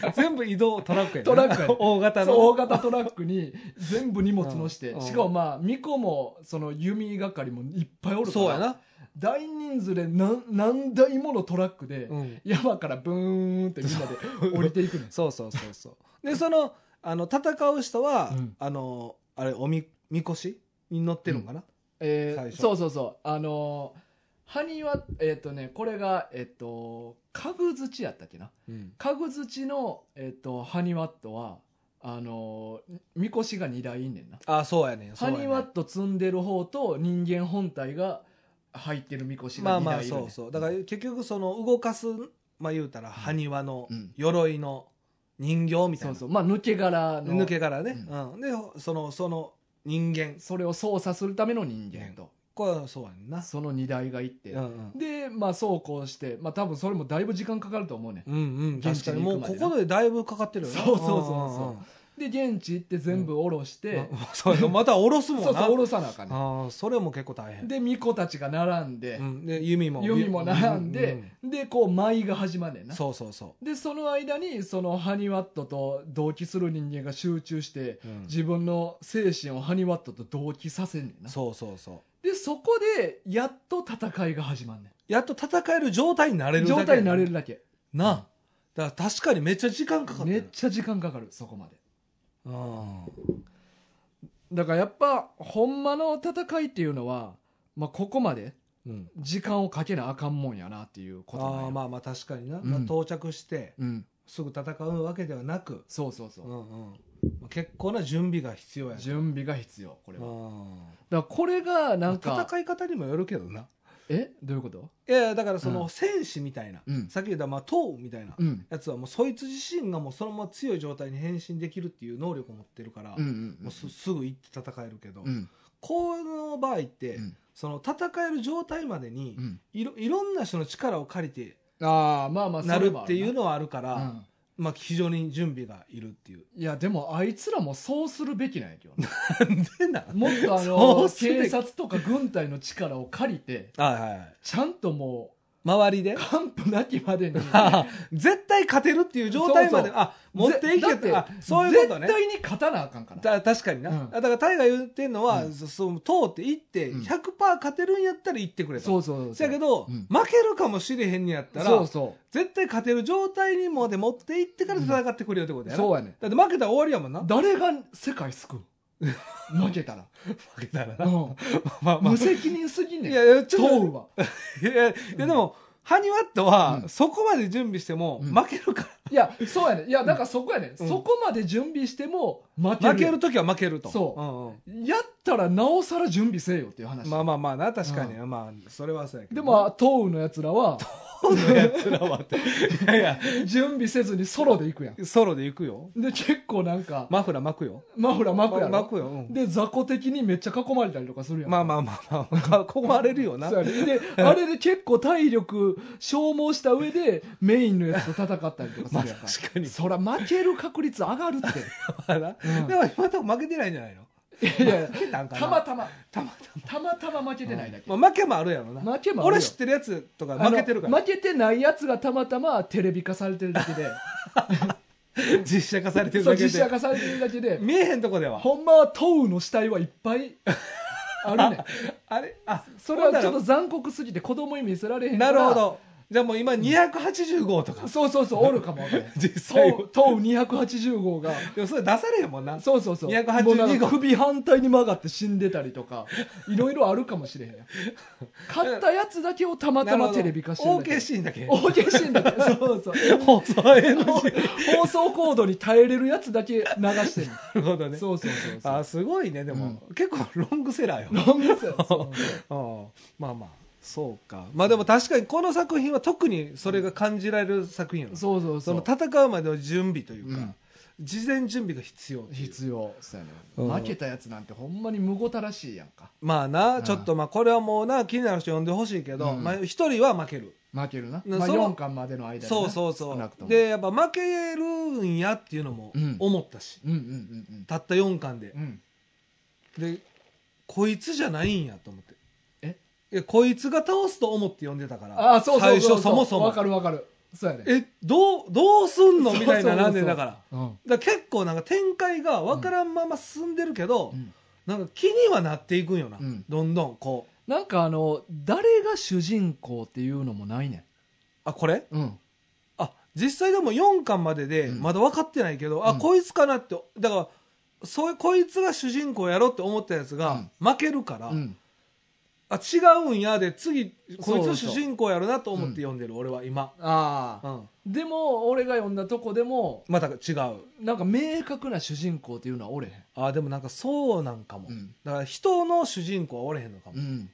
B: い、全部移動トラックやな
A: トラックや
B: 大型
A: そう
B: の
A: 大型トラックに全部荷物乗して、
B: うん
A: しかもまあ巫女もその弓係もいっぱいおるから
B: そうやな、
A: 大人数で何何台ものトラックで、 [laughs]
B: うん、
A: 山からブーンってみんなで
B: [laughs]
A: 降りていくの
B: そうそうそうそうでそのあの戦う人は、
A: うん
B: あのあれおみみこしに乗ってるのかな、
A: [laughs] え
B: 最
A: ー、
B: 初
A: そうそうそうあのーハニはえっ、とねこれがえっ、と家具槌やったっけな
B: うん
A: 家具槌の、えっとハニワットはあのーみこしが2台いんねんな
B: ああそうやねんそ
A: ハ
B: うや
A: ニ
B: ねん
A: ワット積んでる方と人間本体が入ってるみこし
B: ま
A: が
B: あ
A: 2
B: ま
A: 台
B: あ
A: いる、ね
B: そうそうだから結局その動かすまあ言うたら埴輪の
A: うん
B: 鎧の人形みたい
A: そ
B: な、
A: うそうまあ抜け殻の
B: 抜け殻ね、うんでそのその人間
A: それを操作するための人間と
B: これはそうやねんな、
A: その荷台がいって、
B: うんうん、
A: でまあそうこうしてまあ多分それもだいぶ時間かかると思うね、
B: うんうん
A: 現
B: 確
A: 地
B: かに
A: に行
B: も
A: くま
B: うこ
A: でな
B: こでだいぶかかってるよな
A: そうそうそうそうん
B: ん
A: で現地行って全部下ろして、
B: うんまあそうやなまた下ろすもんな
A: そうそう下ろさなあかんね
B: ああそれも結構大変
A: で巫女たちが並んで
B: う、ん、で弓も
A: 弓も並ん
B: うう
A: で、でこう舞が始まんねん
B: うん
A: な
B: そうそうそ
A: でその間にそのハニワットと同期する人間が集中して
B: う、うん
A: 自分の精神をハニワットと同期させんねんな
B: そうそうそう
A: でそこでやっと戦いが始まんね
B: やっと戦える状態になれ
A: ん
B: るだけ
A: 状態になれるだけ
B: なあだから確かにめっちゃ時間かかって
A: めっ
B: る、
A: ちゃ時間かかるそこまで
B: うん、
A: だからやっぱほんまの戦いっていうのは、まあ、ここまで
B: うん、
A: 時間をかけなあかんもんやなっていうことなん
B: ああ
A: や
B: まあまあ確かにな、
A: うん
B: 到着して
A: うん
B: すぐ戦うわけではなく、
A: そうそうそう
B: う、んうんまあ、結構な準備が必要や
A: 準備が必要これ
B: う
A: は、だか
B: ん
A: らこれがなんか
B: 戦い方にもよるけどな
A: えどういうこと
B: いやいやだからその、
A: うん
B: 戦士みたいな、
A: うん
B: さっき言ったまあ塔みたいな
A: うん
B: やつはもうそいつ自身がもうそのまま強い状態に変身できるっていう能力を持ってるから、
A: うんうんうん
B: もうすすぐ行って戦えるけど、
A: うん
B: この場合って、
A: うん
B: その戦える状態までに、
A: うん
B: いろいろんな人の力を借りて
A: ああまあまあ
B: なるっていう
A: の
B: のはあるから、
A: は、
B: まあ、非常に準備がいるっていう。
A: うんいやでもあいつらもそうするべきなんやけど
B: [laughs]
A: ね
B: なんでな
A: もっとあ
B: そ
A: の
B: うすべき
A: 警察とか軍隊の力を借りて
B: はいはいはい。
A: ちゃんとも
B: 周り
A: う
B: で
A: 完膚なきまでに
B: [laughs] 絶対勝てるっていう状態まで、
A: そう
B: あ、 [laughs] 持っていけ
A: ぜ
B: て、
A: だっ
B: あ
A: て、
B: そういうことね
A: 絶。対に勝たなあかんから
B: だ確かにな、
A: うん
B: あだからタイが言ってんのは、
A: うん
B: そその通って行って
A: うん
B: 100%勝てるんやったら行ってくれと、
A: そうそうそう
B: せやけど、
A: うん
B: 負けるかもしれへんにやったら
A: そうそ
B: 絶対勝てる状態にまで持って行ってから戦ってくれよってこと
A: う
B: やな、
A: そうやね
B: だって負けたら終わりやもんな
A: 誰が世界救う
B: [laughs]
A: 負けたら、
B: 負けたらな、
A: うん [laughs]
B: まあまあ
A: 無責任すぎんねん
B: いやいやちょっと
A: 問うはい
B: やいやいやでも、ハニワットは、
A: うん
B: そこまで準備しても、
A: うん
B: 負けるか
A: いやそうやねんいやだからそこやねん、
B: うん
A: そこまで準備しても負け
B: ら、
A: る
B: 負けるときは負けると。
A: そうん
B: うん
A: やったらなおさら準備せよっていう話、
B: まあまあまあな、確かに。まあ、それはそうやけ
A: で
B: ど。
A: も、東雨のやつらは
B: このやつらはって。いやい
A: 準備せずにソロで行くやん
B: や、ソロで行くよ。
A: で結構なんか、
B: マフラー巻くよ。
A: マフラー巻くやろ
B: 巻くよ。うん
A: で雑魚的にめっちゃ囲まれたりとかするやん
B: まあまあまあま
A: [laughs]
B: あ、か困れるよな
A: そ。うやねであれで結構体力消耗した上でメインのやつと戦ったりとかするやんか、
B: まあ確かに
A: そら負ける確率上がるっ
B: まあな
A: うん
B: でも、今のとこ負けてないんじゃないの
A: ていやいや
B: 負け [laughs] たんかな
A: たまたま
B: たま
A: たまたま負けてないだけ、
B: まあ負けもあるやろな。
A: 負けもあるよ
B: 俺知ってるやつとか負けてるか
A: あの
B: ら。
A: 負けてないやつがたまたまテレビ化されてるだけ
B: [laughs]
A: で
B: 実写化されてる
A: そう
B: だけ
A: 実写
B: で。
A: 化されてるだけで
B: 見えへんとこでは。
A: ほんまは東雨の死体はいっぱ
B: [laughs]
A: いあるねん
B: あれあ、
A: それはちょっと残酷すぎて子供に見せられへんか
B: な
A: ら
B: るほど。じゃあもう今280号とか。
A: そうそうそうおるかもわからん
B: [laughs] 実際は
A: 東東雨280号が
B: でもそれ出されへんもんな。
A: そうそうそう
B: 282
A: もうなんか首反対に曲がって死んでたりと
B: [laughs]
A: かいろいろあるかもしれへん買ったやつだけをたまたまテレビ化してるだけ
B: OKC だけ。
A: OK シーンだけそうそう
B: 放送 NG。
A: 放送コードに耐えれるやつだけ流してる
B: なるほどね。
A: そうそうそうそう
B: あすごいね、でも、結構ロングセラーよ。
A: ロングセラーそう
B: うんまあまあ、そうか。まあでも確かにこの作品は特にそれが感じられる作品よな
A: そうそう
B: そ
A: そう
B: の戦うまでの準備というか、
A: うん
B: 事前準備が必要っていう
A: 必要そうやね
B: うん
A: 負けたやつなんてほんまに無ごたらしいやんか
B: まあな、ちょっとまあこれはもうな、気になる人呼んでほしいけど、
A: うん
B: まあ一人は負ける。
A: 負けるな、
B: な
A: まあ、
B: その
A: 4巻までの間でな
B: そうそうそ
A: 少なくと
B: う。
A: も
B: で、やっぱ負けるんやっていうのも
A: うん
B: 思ったし、
A: うんうんうん
B: たった4巻で
A: う。んうん
B: でこいつじゃないんやと思って
A: え
B: いやこいつが倒すと思って呼んでたから
A: ああそうそうそう
B: 最初そもそ
A: わ
B: も
A: かるわかるそうやね
B: えどうどうすんの
A: そう
B: みたい
A: そうそ
B: な
A: う
B: なんでだから
A: うん
B: だから結構なんか展開が分からんまま進んでるけど、
A: うん
B: なんか気にはなっていくんよな、
A: うん
B: どんどんこう
A: なんかあの誰が主人公っていうのもないね
B: あこれ
A: んうん
B: あ実際でも4巻までで
A: うん
B: まだ分かってないけど、あ
A: うん
B: こいつかなってだからそうこいつが主人公やろって思ったやつが負けるから、
A: うん
B: あ違うんやで次こいつ主人公やろなと思って読んでる、俺は今、
A: あ
B: う
A: あ
B: ん、
A: でも俺が読んだとこでも
B: また違う
A: なんか明確な主人公っていうのはおれへん
B: あでもなんかそうなんかも、
A: うん
B: だから人の主人公はおれへんのかも、
A: うん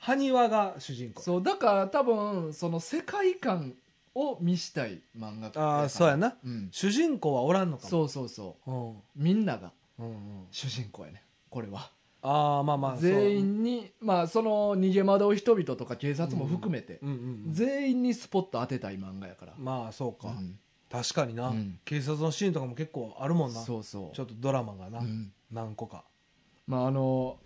B: 埴輪が主人公
A: そうだから多分その世界観を見したい漫画家
B: あーそうやな、
A: うん、
B: 主人公はおらんのかも
A: そうそうそう
B: う、うん
A: みんなが
B: うんうん、
A: 主人公やねこれは
B: ああまあまあ
A: 全、員にまあその逃げ惑う人々とか警察も含めて
B: そう、うんうんうん、
A: 全員にスポット当てたい漫画やから、
B: まあそうか、
A: うん
B: 確かにな、
A: うん
B: 警察のシーンとかも結構あるもんなちょ
A: そうそう
B: っとドラマがな、
A: うん
B: 何個か、
A: まああの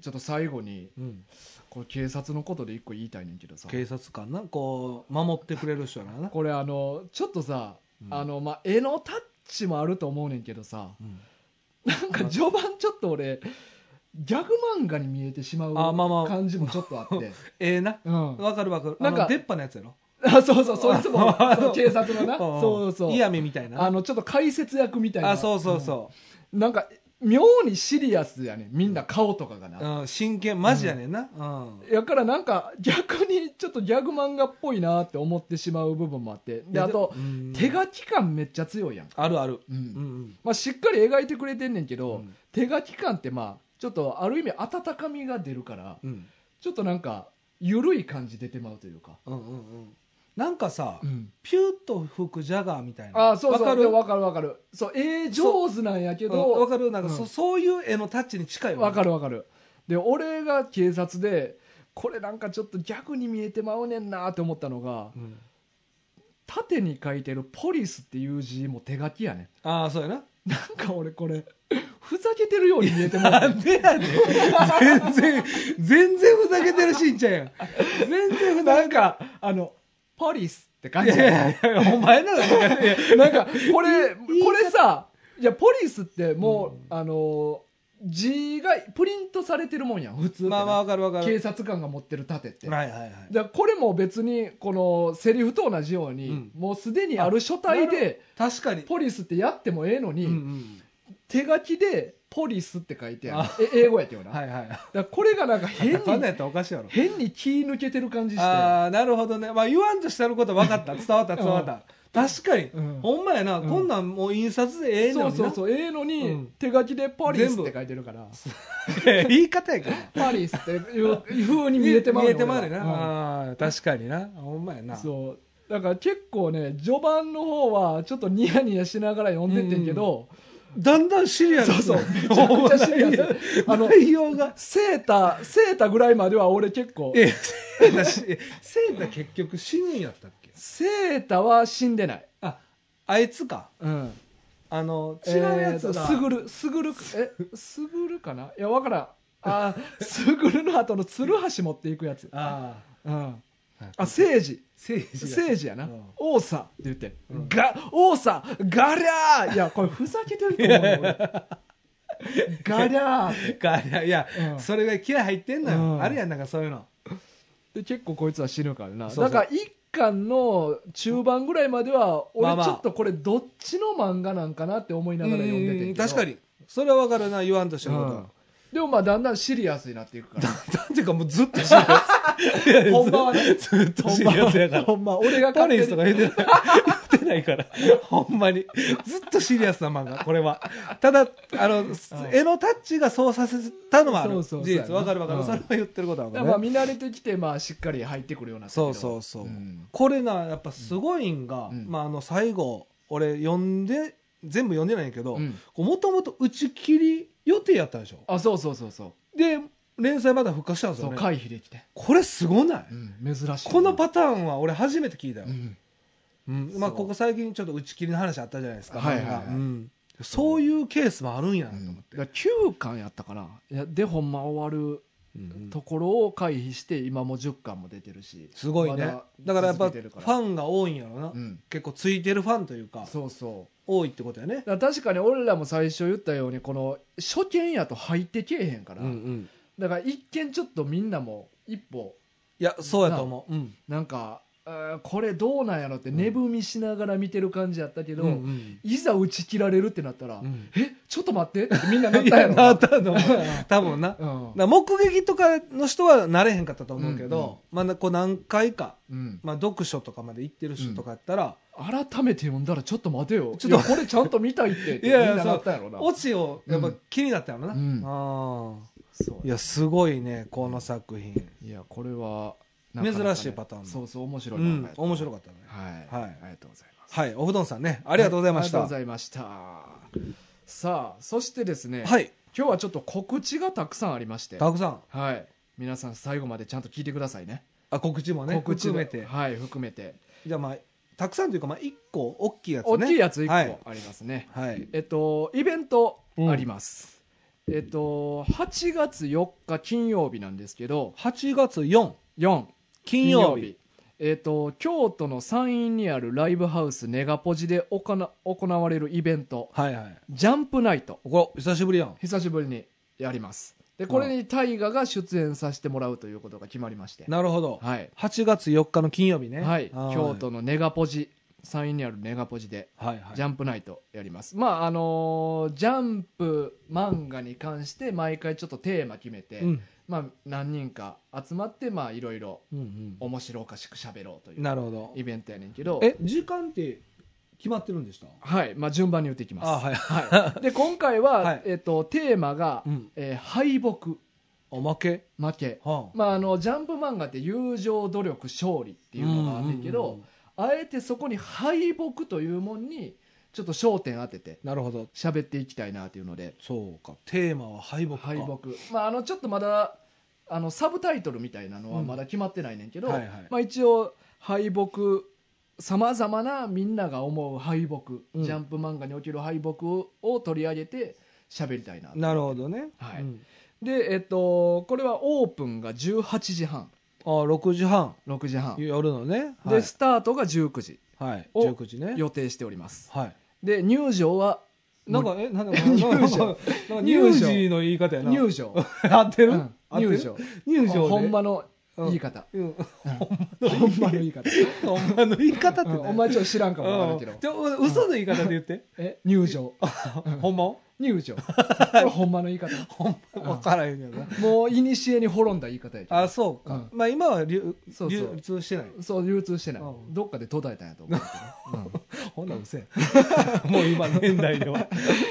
A: ちょっと最後に
B: うん、
A: これ警察のことで一個言いたいねんけどさ
B: 警察官なこう守ってくれる人やな、
A: これあのちょっとさ、
B: うん
A: あのまあ絵のタッチもあると思うねんけどさ
B: うん、
A: なんか序盤ちょっと俺ギャグ漫画に見えてしまう
B: あまあまあ
A: 感じもちょっとあって
B: [laughs] ええな
A: うん
B: わかるわかる
A: なんか
B: あの出っ歯のやつやろ
A: あそうそうそいつ
B: [laughs]
A: も
B: あ
A: そう警察のなそうそう
B: イヤミみたいな
A: あのちょっと解説役みたいな
B: あそうそうそ
A: うんなんか妙にシリアスやねんみんな顔とかがな、
B: う、うん、真剣マジやねんな、うん
A: やからなんか逆にちょっとギャグ漫画っぽいなって思ってしまう部分もあってであと
B: うん
A: 手書き感めっちゃ強いやん、
B: あるある、
A: うん
B: うんうん
A: まあ、しっかり描いてくれてんねんけど、
B: うん
A: 手書き感ってまあちょっとある意味温かみが出るから
B: うん
A: ちょっとなんか緩い感じ出てまうというか、
B: うんうんうんなんかさ、
A: うん
B: ピュッと吹くジャガーみたいな
A: ああそうそう
B: わかる
A: でわかるわかるそう絵上手なんやけ
B: うんわ
A: ど
B: かるなんか、
A: う
B: そ
A: ん
B: そういう絵のタッチに近いよね
A: わかるわかるで俺が警察でこれなんかちょっとギャグに見えてまうねんなって思ったのが
B: うん
A: 縦に書いてる「ポリス」っていう字も手書きやねん [laughs]
B: ああそうやな
A: なんか俺これ、ふざけてるように見えても
B: [laughs] な
A: ら
B: んでやねん [laughs] 全然全然ふざけてるしんちゃんやん全然ふざ
A: なんか、あの、ポリスって感
B: け
A: じ。
B: てるいやいやいやお前なのいやいや
A: なんか、これ、
B: いい
A: これさ、いや、ポリスってもう、あの、字がプリントされてるもんやん、普通ってな
B: まあまあわかるわか
A: 警
B: る
A: 察官が持ってる盾って。
B: はいはいはい
A: じゃあこれも別に、このセリフと同じように、
B: うん
A: もうすでにある書体
B: な
A: で、
B: 確かに
A: ポリスってやってもええのに、
B: うんうん
A: 手書きで、ポリスって書いてある
B: あ。
A: え英語やけどな。
B: は
A: だか
B: いはい
A: らこれがなんか変
B: 変な
A: に、
B: やったらおかしいやろ
A: 変に気抜けてる感じして。
B: ああなるほどねまあ言わんとしてあること分かった伝わった伝わった確かに
A: うん
B: ほんまやな
A: うん
B: こんなんもう印刷でええ
A: そ
B: の
A: う
B: に
A: そ
B: な
A: うそうええのに、
B: うん
A: 手書きで「パリス」っ
B: 全部
A: て書いてるから
B: [laughs] 言い方やから
A: 「パリス」っていう風に見えてまう
B: 見
A: の
B: えてまうねん
A: 俺は
B: なあー確かになほんまや
A: うん
B: な
A: そうだから結構ね序盤の方はちょっとニヤニヤしながら読んでってんけど、
B: だんだんシリアス
A: そうそう
B: [laughs]
A: めちゃくちゃシリアスあの
B: 内容が
A: セーターセーターぐらいまでは俺結構
B: えセータしセータ結局死ぬんやったっけ
A: セーターは死んでない、
B: ああいつか
A: うん、
B: あの違うやつが、
A: すぐるすぐるえすぐるかないやわからんあすぐるの後の鶴橋持っていくやつ、
B: あ
A: うん、
B: あ
A: あ聖治
B: セージ
A: 政治やな
B: うん
A: 「王さ」って言って
B: う
A: 「
B: ん
A: が王さガリャー!」いやこれふざけてると思うよ
B: [laughs]
A: 俺ガリャーって
B: がいやいや、
A: うん
B: それが気合入ってんのよ、
A: うん
B: あるやんなんかそういうの
A: で結構こいつは死ぬからな
B: そうそう
A: だから一巻の中盤ぐらいまでは
B: まあ
A: 俺
B: まあ
A: ちょっとこれどっちの漫画なんかなって思いながら読んでて
B: うんん
A: けど
B: 確かにそれは分かるな言わんとしてることは、
A: うんでもまあだんだんシリアスになっていく
B: [laughs]
A: から
B: なんていうかもうずっとシリアスいやいや
A: ほんまはね
B: ずずっとシリアスやから
A: ほんま俺が
B: パ
A: 勝手
B: レ
A: に
B: スとか言ってない。言ってな
A: [laughs]
B: いから。ほんまに。ずっとシリアスな漫画、これは。ただ、あの、絵のタッチがそうさせたのはある。
A: そう
B: 事
A: そう
B: 実。わかるわか
A: う
B: る。
A: ん
B: それは言ってることは
A: だから
B: わ
A: ま
B: か
A: あ
B: るね。
A: 見慣れてきてまあしっかり入ってくるようになったけ
B: そ
A: ど
B: うそうそう
A: うん。
B: これな、やっぱすごいんが、
A: うん
B: まああの、最後、俺読んで、全部読んでないんやけど
A: うん、
B: もともと打ち切り予定やったでしょ。
A: あそうそうそうそう
B: で、連載まだ復活したんです
A: そ
B: よ
A: う
B: ね。
A: 回避できて
B: これすごない
A: うん珍しい
B: このパターンは俺初めて聞いたよ
A: う。ん
B: うんまあ、
A: そう
B: ここ最近ちょっと打ち切りの話あったじゃないですか、
A: はいはいはい
B: 漫画うんそういうケースもあるんやなと思って、
A: だ9巻やったかないやでほんま終わ
B: うん
A: るところを回避して今も10巻も出てるし
B: すごいね
A: ま
B: だからやっぱ
A: 続
B: フ
A: けてるから
B: ァンが多いんやろな、
A: うん
B: 結構ついてるファンというか
A: そうそう
B: 多いってことやね、
A: だから確かに俺らも最初言ったようにこの初見やと入ってけえへんから、
B: うん
A: だから一見ちょっとみんなも一歩
B: いやそうやと思う、うん
A: なんか、えーこれどうなんやろって寝踏みしながら見てる感じやったけど、
B: うんうん
A: いざ打ち切られるってなったら、
B: うん
A: えちょっと待ってってみんななっ
B: [laughs] い
A: たや
B: や
A: ろ
B: なったと思う多分なだか
A: うん
B: ら目撃とかの人はなれへんかったと思うけど、まあ、こう何回か、
A: うん、
B: まあ、読書とかまで行ってる人とかやったら、
A: 改めて読んだらちょっと待てよ
B: ち
A: ち
B: ょ
A: ょっ
B: っと
A: とこれちゃんと見たいってって
B: [laughs] い
A: い
B: やい
A: み
B: や
A: んななったやろな
B: オチをやっぱ気になったやろな、
A: うん
B: ああ
A: そう
B: いやすごいねこの作品
A: いやこれはなかなかね
B: 珍しいパターンも
A: そうそう面白
B: う
A: いな、
B: ん、面白かったね。
A: はい、
B: はい
A: ありがとうございます
B: はい、おうどんさんね、ありがとうございました。
A: ありがとうございましたさあそしてですね、
B: はい、
A: 今日はちょっと告知がたくさんありまして
B: たくさん、
A: はい皆さん最後までちゃんと聞いてくださいね
B: あ、告知もね、
A: 告知
B: 含
A: で
B: めて。
A: はい含めて
B: じゃあまあ、たくさんというか、まあ、一個、大きいやつね。
A: 大きいやつ
B: は
A: 1
B: い
A: 個ありますね、
B: はい。
A: えっとイベントあります、えっと8月4日金曜日なんですけど
B: 8月4、
A: 4
B: 金曜日。
A: えっと京都の山陰にあるライブハウスネガポジで行な行われるイベント
B: はいはい。
A: ジャンプナイト
B: これ、久しぶりやん。
A: 久しぶりにやりますでこれに大河が出演させてもらうということが決まりまして
B: なるほど。
A: はい、
B: 8月4日の金曜日ね。
A: はい、京。都のネガポジ山陰にあるネガポジで
B: はいはい。
A: ジャンプナイトやります、まああのージャンプ漫画に関して毎回ちょっとテーマ決めて、
B: うん。
A: まあ、何人か集まってまあいろいろ
B: うん
A: 面白おかしく喋ろうと
B: う
A: い
B: ん。
A: う
B: なるほど。
A: イベントやねんけど
B: え、時間って決まってるんでした
A: はい、まあ、順番に言っていきます
B: あ、はい。
A: で今回は、
B: はい
A: えっとテーマが、
B: うん
A: えー敗北
B: おまけ
A: 負け
B: は
A: まあ、あのジャンプ漫画って友情努力勝利っていうのがあるんだけど、
B: うんうんうん
A: あえてそこに敗北というもんにちょっと焦点当てて
B: なるほど。
A: 喋っていきたいなっていうので
B: そうか。テーマは敗北か。
A: 敗北、まあ、あのちょっとまだあのサブタイトルみたいなのはまだ決まってないねんけど、
B: うんはいはい
A: まあ、一応敗北さまざまなみんなが思う敗北、
B: うん
A: ジャンプ漫画における敗北を取り上げて喋りたいな
B: なるほどね。
A: はい
B: うん
A: でえっとこれはオープンが18時半
B: あ、6時半。
A: 6時半
B: 夜のね。はい
A: で、スタートが19時
B: はい。
A: を
B: 19時ね。
A: 予定しております
B: はい。
A: で入場は
B: なんか、え、なんだ、
A: 入場
B: なんかなんか入時の言い方やな。
A: 入場
B: [laughs] 合って
A: う
B: る合っ
A: ん
B: てる
A: 入場
B: 入場で。
A: ほんまの言い方
B: うん。
A: ほんまの言い方
B: ほんまの言い方って
A: う
B: ね
A: んお前ちょっと知らんかもわから
B: うんん
A: けど
B: ちょ嘘の言い方で言って。
A: え入場
B: ほんまを
A: 入
B: [laughs]
A: 場これほんまの言い方
B: ほんまわからへんねんな。
A: もういにしえに滅んだ言い方やけ
B: あ、そうか。まあ今は流
A: そうそう
B: 流通し
A: [laughs]
B: てない。
A: どそう流通してない
B: うん
A: どっかで途絶えたんやと思う
B: [laughs]
A: けどね、
B: ほんならうせえ。もう今年代 [laughs] では。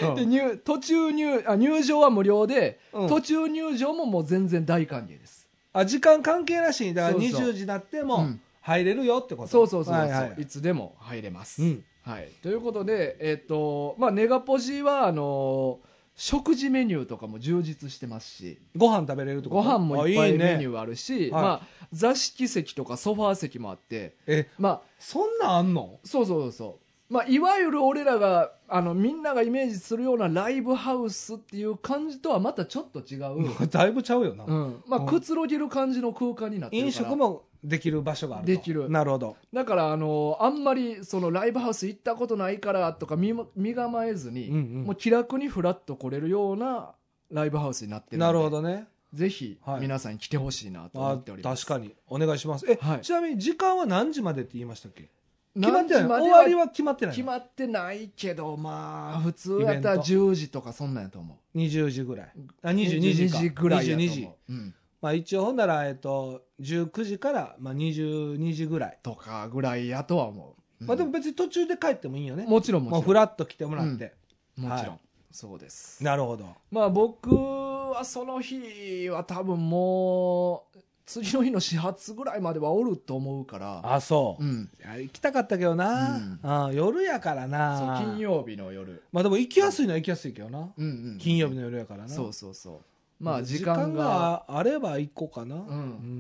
A: うんで入途中入あ入場は無料で、
B: うん
A: 途中入場ももう全然大歓迎です
B: あ、時間関係なしに、だから
A: そうそう
B: 20時になって
A: う
B: も
A: ん
B: 入れるよってこと。
A: そうそうそうそう、
B: はい
A: い
B: はい。
A: つでも入れます、
B: うん
A: はい、ということで、えっとまあ、ネガポジはあのー食事メニューとかも充実してますし
B: ご飯食べれるってこと
A: ご飯もいっぱいメ
B: あ
A: ニ
B: ね
A: ューあるし
B: はい
A: まあ、座敷席とかソファー席もあって、
B: え、
A: まあ、
B: そんなんあんの
A: そうそうそうそう、まあ、いわゆる俺らがあのみんながイメージするようなライブハウスっていう感じとはまたちょっと違う、
B: [laughs] だいぶちゃうよな。
A: うんまあ、
B: うん
A: くつろげる感じの空間になってるから
B: 飲食もできる場所があると
A: できる
B: なるほど
A: だから、あのあんまりそのライブハウス行ったことないからとか身も身構えずに、
B: うんうん
A: もう気楽にフラッと来れるようなライブハウスになってるので
B: なるほどね
A: ぜひ
B: はい
A: 皆さんに来てほしいなと思
B: あ
A: っております
B: 確かにお願いしますえ、
A: はい
B: ちなみに時間は何時までって言いましたっけ決ま
A: 何
B: って
A: 時
B: ないの
A: まで
B: 終わり
A: は
B: は決まってない
A: 決
B: の
A: まってないけどまあ普通やった
B: イ
A: ら
B: ベント
A: 10時とかそんなんやと思う
B: 20時ぐらいあ22時か
A: 22ぐらいやと
B: 22
A: 思う
B: 時、
A: うん
B: まあ、一応ほんなら、えっと、19時から、まあ、22時ぐらい、
A: とかぐらいやとは思う、うん
B: まあ、でも別に途中で帰ってもいいよね
A: もちろん
B: も
A: も
B: う
A: ち
B: フ
A: ろん
B: ラッと来てもらって、
A: もちろん、
B: は
A: そうです
B: なるほど
A: まあ僕はその日は多分もう次の日の始発ぐらいまではおると思うから、
B: あそう、
A: うん、
B: いや行きたかったけどな、
A: うん
B: あ夜やから
A: そう
B: な
A: 金曜日の夜、
B: まあでも行きやすいのは行きやすいけどな、
A: うんうん、
B: 金曜日の夜やからな
A: そうそうそうまあ時間が
B: 時間があれば行こうかな、
A: うん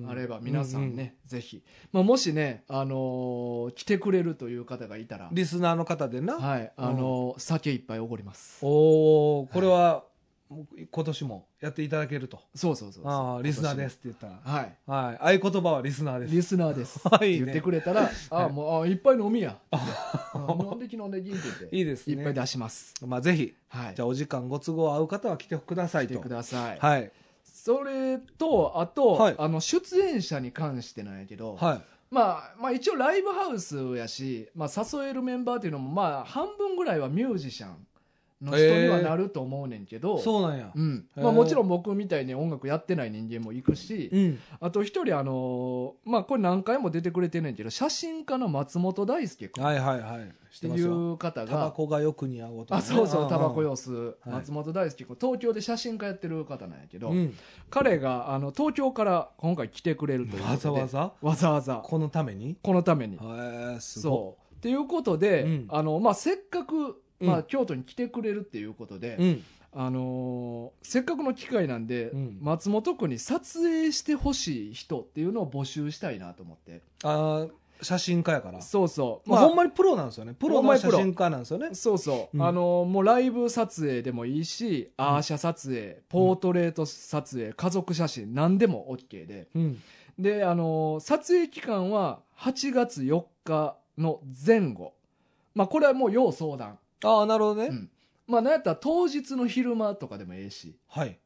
B: うん
A: あれば皆さんね、ぜひ、まあ、もしね、あのー来てくれるという方がいたら、
B: リスナーの方でな、
A: はいあのー酒いっぱいおごります
B: おおこれはもう今年もやっていただけると
A: そうそうそうそう
B: ああリスナーですすって言ったら、
A: はい
B: はい、合言葉はリスナーです
A: リスナーですっ
B: [laughs] はい
A: て言ってくれたら、ああもうあいっぱい飲みやあ飲んでき飲んできって言って
B: [laughs] いいですね
A: いっぱい出します
B: まあぜひ
A: はい
B: じゃあお時間ご都合合う方は来てください
A: 来て
B: と
A: ください、
B: はい
A: それとあと、
B: はい
A: あの出演者に関してなんやけど、
B: はい
A: まあ、まあ一応ライブハウスやし、まあ、誘えるメンバーっていうのもまあ半分ぐらいはミュージシャンの人にはなると思うねんけど、
B: そうなんや。
A: うん
B: へ
A: まあ、
B: え
A: もちろん僕みたいに音楽やってない人間もいくし、
B: うん。
A: あと一人あのーまあこれ何回も出てくれてんねんけど写真家の松本大輔君っ
B: はいはいはい。知っててます
A: い
B: よ。
A: う方
B: タバ
A: が
B: コがよく似合うことね。
A: あそうそうタバコ
B: よ。
A: 様子
B: い
A: 松本大輔君東京で写真家やってる方なんやけど、
B: うん。
A: 彼があの東京から今回来てくれるということで
B: わざわざ
A: わざわざ
B: このために
A: このために
B: へーすご
A: そうっていうことで、
B: うん
A: あのまあ、せっかく、
B: うん
A: まあ、京都に来てくれるっていうことで、
B: い。うん。
A: あのーせっかくの機会なんで、
B: うん
A: 松本君に撮影してほしい人っていうのを募集したいなと思って
B: あー写真家やから。
A: そうそう、
B: ま
A: ま
B: あ、
A: あ
B: ほんまにプロなんですよね。プロ
A: ほんま
B: の
A: にプ
B: 写
A: ロ
B: 真家なんですよね。
A: そうそう、
B: うん
A: あのーもうライブ撮影でもいいし、アーシャ撮影ポートレート撮影家族写真何でも OK で
B: うん。
A: で、あのー撮影期間は8月4日の前後まあこれはもう要相談
B: ああ、なるほどね。
A: うんまあなんやったら当日の昼間とかでもええし
B: はい。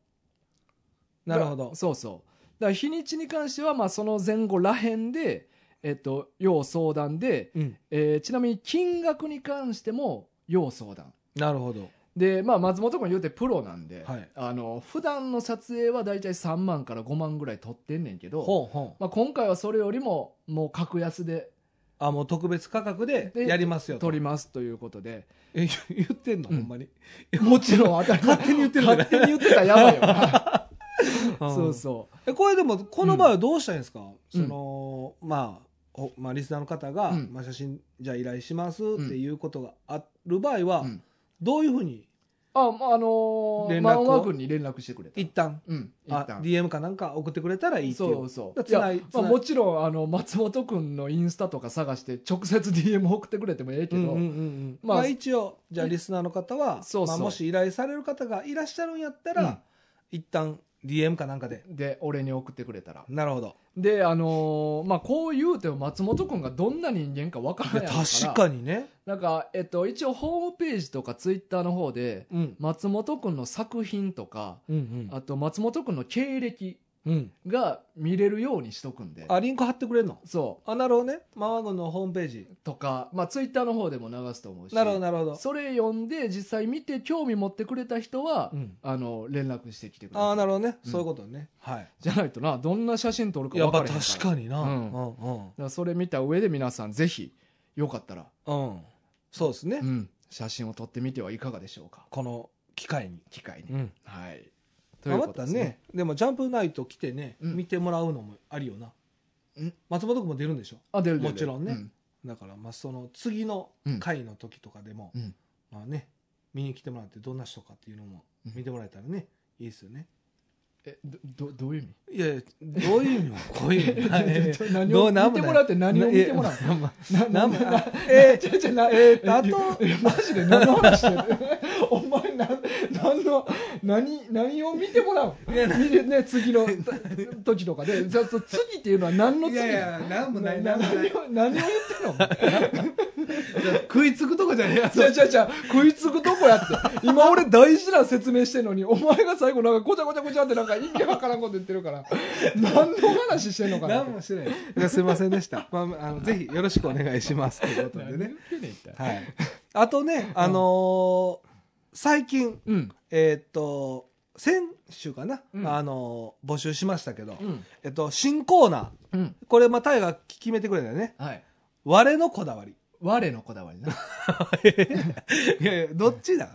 B: なるほど
A: だ。そうそうだから日にちに関してはまあその前後らへんでえっと要相談で、
B: うん。
A: えーちなみに金額に関しても要相談
B: なるほど。
A: でまあ松本君言うてプロなんで、
B: はい
A: あの普段の撮影は大体3万から5万ぐらい取ってんねんけど、
B: ほうほう。
A: まあ、今回はそれよりももう格安で
B: あ、もう特別価格で
A: で
B: やりますよと。
A: 取りますということで
B: え、 [laughs] 言言ってんの
A: う
B: ほ
A: ん
B: んまに。
A: もちろん当たり前
B: [laughs] 勝手に言ってる
A: 勝手に言ってたらやばいよ
B: [laughs]
A: なそう
B: う
A: そ
B: ん。え、これでも、この場合はどうしたらいいんですかそ
A: ん
B: の、まあ、おまあ、リスナーの方が、
A: うん
B: まあ、写真、じゃあ依頼しますっていうことがある場合
A: う、
B: は、
A: うん
B: どういうふうに、
A: あまああのー、
B: 連絡を
A: 漫画軍に連絡してくれた
B: 一旦、
A: うん
B: あ、DM かなんか送ってくれたらいいってい
A: そうう。そう
B: だ
A: い
B: つな
A: や
B: いつ
A: ま
B: な
A: あ、
B: い
A: もちろんあの松本君のインスタとか探して直接 [laughs] DM 送ってくれてもええけ
B: うん
A: ど、
B: うんうんうん
A: ま
B: ま
A: あ
B: あ、一応じゃあリスナーの方は、
A: そうそう
B: まあ、もし依頼される方がいらっしゃるんやったら、
A: うん
B: 一旦 DM かなんかで
A: で俺に送ってくれたら
B: なるほど
A: であのーまあこう言うても松本君がどんな人間かわからないから
B: 確かにね、
A: なんか、えっと、一応ホームページとかツイッターの方で
B: うん、
A: 松本君の作品とか
B: うん
A: あと松本君の経歴
B: うんうん
A: が見れるようにしとくんで
B: あリンク貼ってくれるの
A: そ
B: あなるほどねマワゴンのホームページ
A: うとか、まあ、ツイッターの方でも流すと思うし
B: なるほどなるほど
A: それ読んで実際見て興味持ってくれた人は、
B: うん
A: あの連絡してきてくだ
B: あ
A: さ
B: あ
A: い
B: なるほどね、
A: うん
B: そういうことねはい
A: じゃないとなどんな写真撮るか
B: や
A: 分
B: っ
A: か
B: ぱ
A: らへんから
B: 確かにな
A: う
B: うんんうん
A: だからそれ見た上で皆さんぜひよかったら、
B: うん、そうですね、
A: うん、写真を撮ってみてはいかがでしょうか
B: この機会に、
A: 機会に、
B: うん、
A: はいという
B: ま
A: こと
B: た
A: で
B: ね
A: すね
B: でも「ジャンプナイト」来てね、
A: うん
B: 見てもらうのもありよな、
A: うん
B: 松本君も出るんでしょ
A: あ出る出る
B: もちろんね
A: う
B: だからまあその次の回の時とかでも、
A: うん
B: まあね見に来てもらってどんな人かっていうのも見てもらえたらね、いいですよね
A: えどどどういう意味
B: いやいやどういう意味もこういう意味
A: [laughs]
B: [laughs]
A: え [laughs]
B: え
A: ちょ何
B: ど
A: を
B: うなん
A: 見ても
B: もない
A: らうって何を見てもらう
B: えまあ
A: な
B: なんも
A: な
B: あえ
A: ちょちょな
B: えーあと
A: いやマジで何の [laughs] 話してるお前な何の何何を見てもらう
B: いや
A: 見てね次の時とかでじゃあそ次っていうのは何の
B: い
A: 次
B: やいやなんもないなんもない
A: 何を何を言ってんのお前 [laughs]
B: 食いつくとこじゃねえや
A: じゃあじゃあじゃあ食いつくとこやって今俺大事な説明してんのにお前が最後なんかごちゃごちゃごちゃってなんか意味わからんこと言ってるから何の話してんのかな
B: 何もしてないですいやすいませんでした、まあ、あのぜひよろしくお願いしますということで
A: 何言っ
B: ね、
A: てんねん一体
B: はい、あとねあのー最近
A: うん
B: えーっと先週かな、
A: うん
B: あのー募集しましたけど、
A: うん
B: えっと、新コーナ
A: う
B: ー
A: ん
B: これ、まあ、タイが決めてくれたよね。
A: はい
B: 我のこだわり。
A: 我のこだわりな
B: いやいや、どっちだ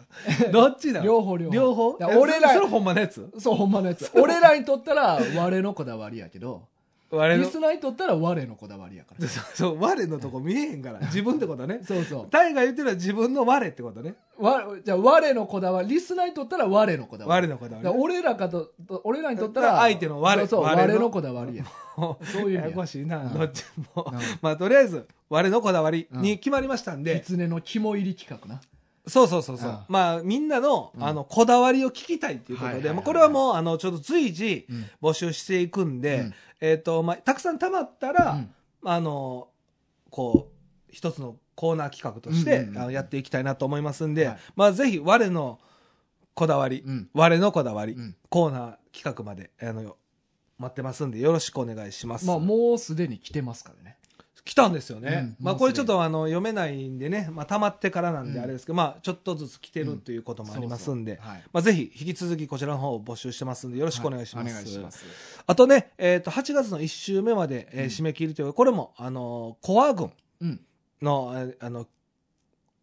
B: どっちだ
A: 両方両方
B: 両方
A: だから俺ら
B: えそれそれほんまのやつ
A: そうほんまのやつ [laughs] 俺らにとったら我のこだわりやけど
B: 我
A: リ
B: [laughs] の。
A: スナーにとったら我のこだわりやから
B: そうそう、我のとこ見えへんから。自分ってことね。
A: そうそう
B: タイが言ってるのは自分の我ってことね。
A: わじゃあ我のこだわりリスナーにとったら我のこだわり
B: 我のこだわり
A: だから俺らかとと俺らにとったら
B: 相手の我
A: そうそう
B: 我の
A: 我のこだわ
B: [laughs]
A: りやそういう意味や
B: ややこしいな、
A: うん
B: どっちも。 [laughs]
A: うん
B: まあ、とりあえず、我のこだわりに決まりましたんで、
A: 狐の肝入り企画な
B: そうそうそうそう
A: うん
B: まあ、みんなの、
A: うん
B: あの、こだわりを聞きたいっていうことで、
A: はいはいはいはい
B: まあこれはもう、あの、ちょっと随時
A: うん
B: 募集していくんで、
A: うん
B: えっ、と、まあ、たくさん溜まったら、
A: うん
B: あの、こう、一つのコーナー企画とし
A: う
B: て、
A: んうんうん
B: あのやっていきたいなと思いますんで、
A: はい
B: まあ、ぜひ、我のこだわり、
A: うん
B: 我のこだわり、
A: うん
B: コーナー企画まで、あの、待ってますんで、よろしくお願いします。
A: まあもうすでに来てますからね
B: 来たんですよね。
A: うん
B: ま
A: もうす
B: あ
A: ぐ
B: これちょっとあの読めないんでね、まあ溜まってからなんで
A: うん
B: あれですけど、まあちょっとずつ来てるということもありますんで、
A: そうそうはい
B: まあぜひ引き続きこちらの方を募集してますんでよろしくお願いします。
A: はお願いします。
B: あとね、えっ、と、8月の1週目まで、えー
A: うん
B: 締め切りというか、これも、あのーコア軍
A: うん。
B: の、えーあの、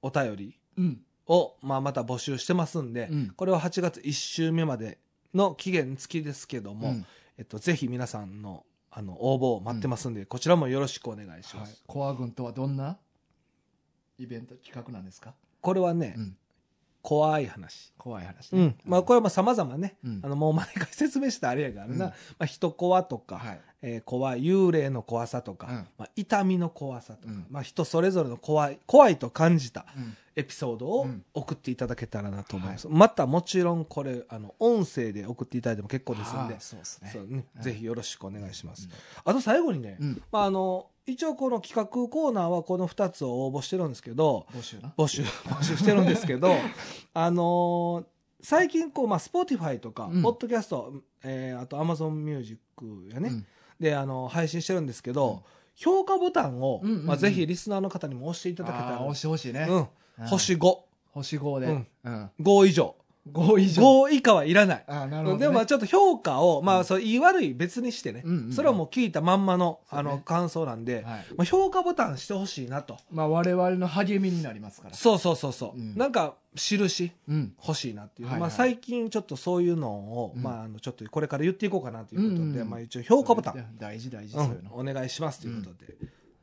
B: お便り
A: うん。
B: を、まあまた募集してますんで、
A: うん
B: これは8月1週目までの期限付きですけども、
A: うん
B: えっと、ぜひ皆さんの、あの、応募を待ってますんで、こちらもよろしくお願いしま
A: はい
B: す。、
A: コア軍とはどんなイベント企画なんですか、
B: これはね、
A: うん、
B: 怖い話。
A: 怖い話、
B: う
A: ね
B: ん。まあ、これはまあ、様々ね、
A: うん
B: あの、もう毎回説明したあれやからな、
A: うん
B: まあ、人怖とか、
A: はい、
B: えー怖い幽霊の怖さとか、
A: うん
B: まあ、痛みの怖さとか、
A: うん
B: まあ、人それぞれの怖い怖いと感じた
A: うん
B: エピソードを
A: うん
B: 送っていただけたらなと思います、またもちろんこれあの音声で送っていただいても結構ですんで
A: あー、そうですね
B: そうね
A: うん
B: ぜひよろしくお願いします、あと最後にね、
A: うん、うん
B: まあ、あの一応この企画コーナーはこの2つを応募してるんですけど
A: 募集な [laughs]
B: 募集募集してるんですけどあのー最近こう、まあ、Spotify とか、
A: うん
B: ポッドキャスト、えーあと AmazonMusic やね、
A: うん
B: であの配信してるんですけど、
A: うん
B: 評価ボタンを、
A: うんうんうん
B: まあ、ぜひリスナーの方にも押していただけた
A: あー
B: ら、
A: 押してほしいね、
B: うん、
A: うん
B: 星5、
A: 星5で、
B: う
A: うんん
B: 5以上、
A: 5以上
B: 5以下はいらない。
A: あーなるほど、ね、
B: でもまあちょっと評価を、
A: う
B: まあ
A: ん
B: そう言い悪い別にしてね、
A: うんうんうん
B: それはもう聞いたまんまの
A: そう
B: あ
A: ね
B: の感想なんで、
A: はい
B: まあ、評価ボタンしてほしいなと。
A: まあ、我々の励みになりますから
B: そうそうそうそ
A: う
B: う、
A: ん
B: なんか印
A: うん
B: 欲しいなっていう、
A: はいはい
B: まあ最近ちょっとそういうのを、
A: うん
B: まああのちょっとこれから言っていこうかなということ
A: う
B: で、
A: んうんうん
B: まあ一応評価ボタン
A: それ大事大事、
B: う
A: そういうんの、
B: お願いしますということで、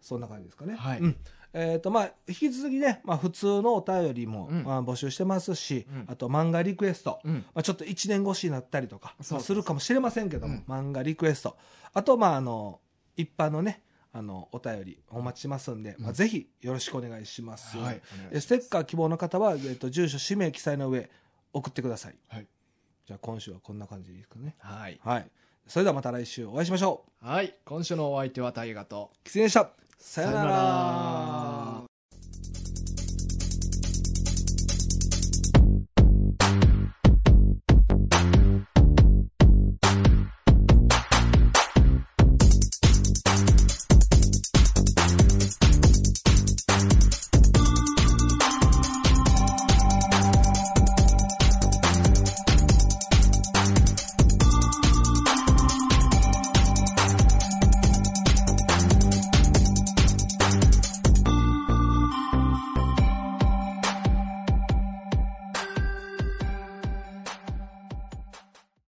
B: そんな感じですかね。
A: はい
B: うんえっ、と、まあ、引き続きね、まあ、普通のお便りも、
A: うん
B: まあ、募集してますし、
A: うん
B: あと漫画リクエスト、
A: うん
B: まあ、ちょっと1年越しになったりとか、
A: そうそうそう
B: まあするかもしれませんけども、
A: うん
B: 漫画リクエスト、あと、まあ、あの、一般のね、あの、お便りお待ちしますんで、まあ、ぜひよろしくお願いします。
A: はいお願いしま
B: え
A: す
B: ステッカー希望の方は、えっ、と、住所、氏名記載の上、送ってください。
A: はい
B: じゃあ、今週はこんな感じですかね。
A: はい、
B: はい。それではまた来週お会いしましょう。
A: はい、今週のお相手は大ガと
B: キツネでした。さ
A: よなら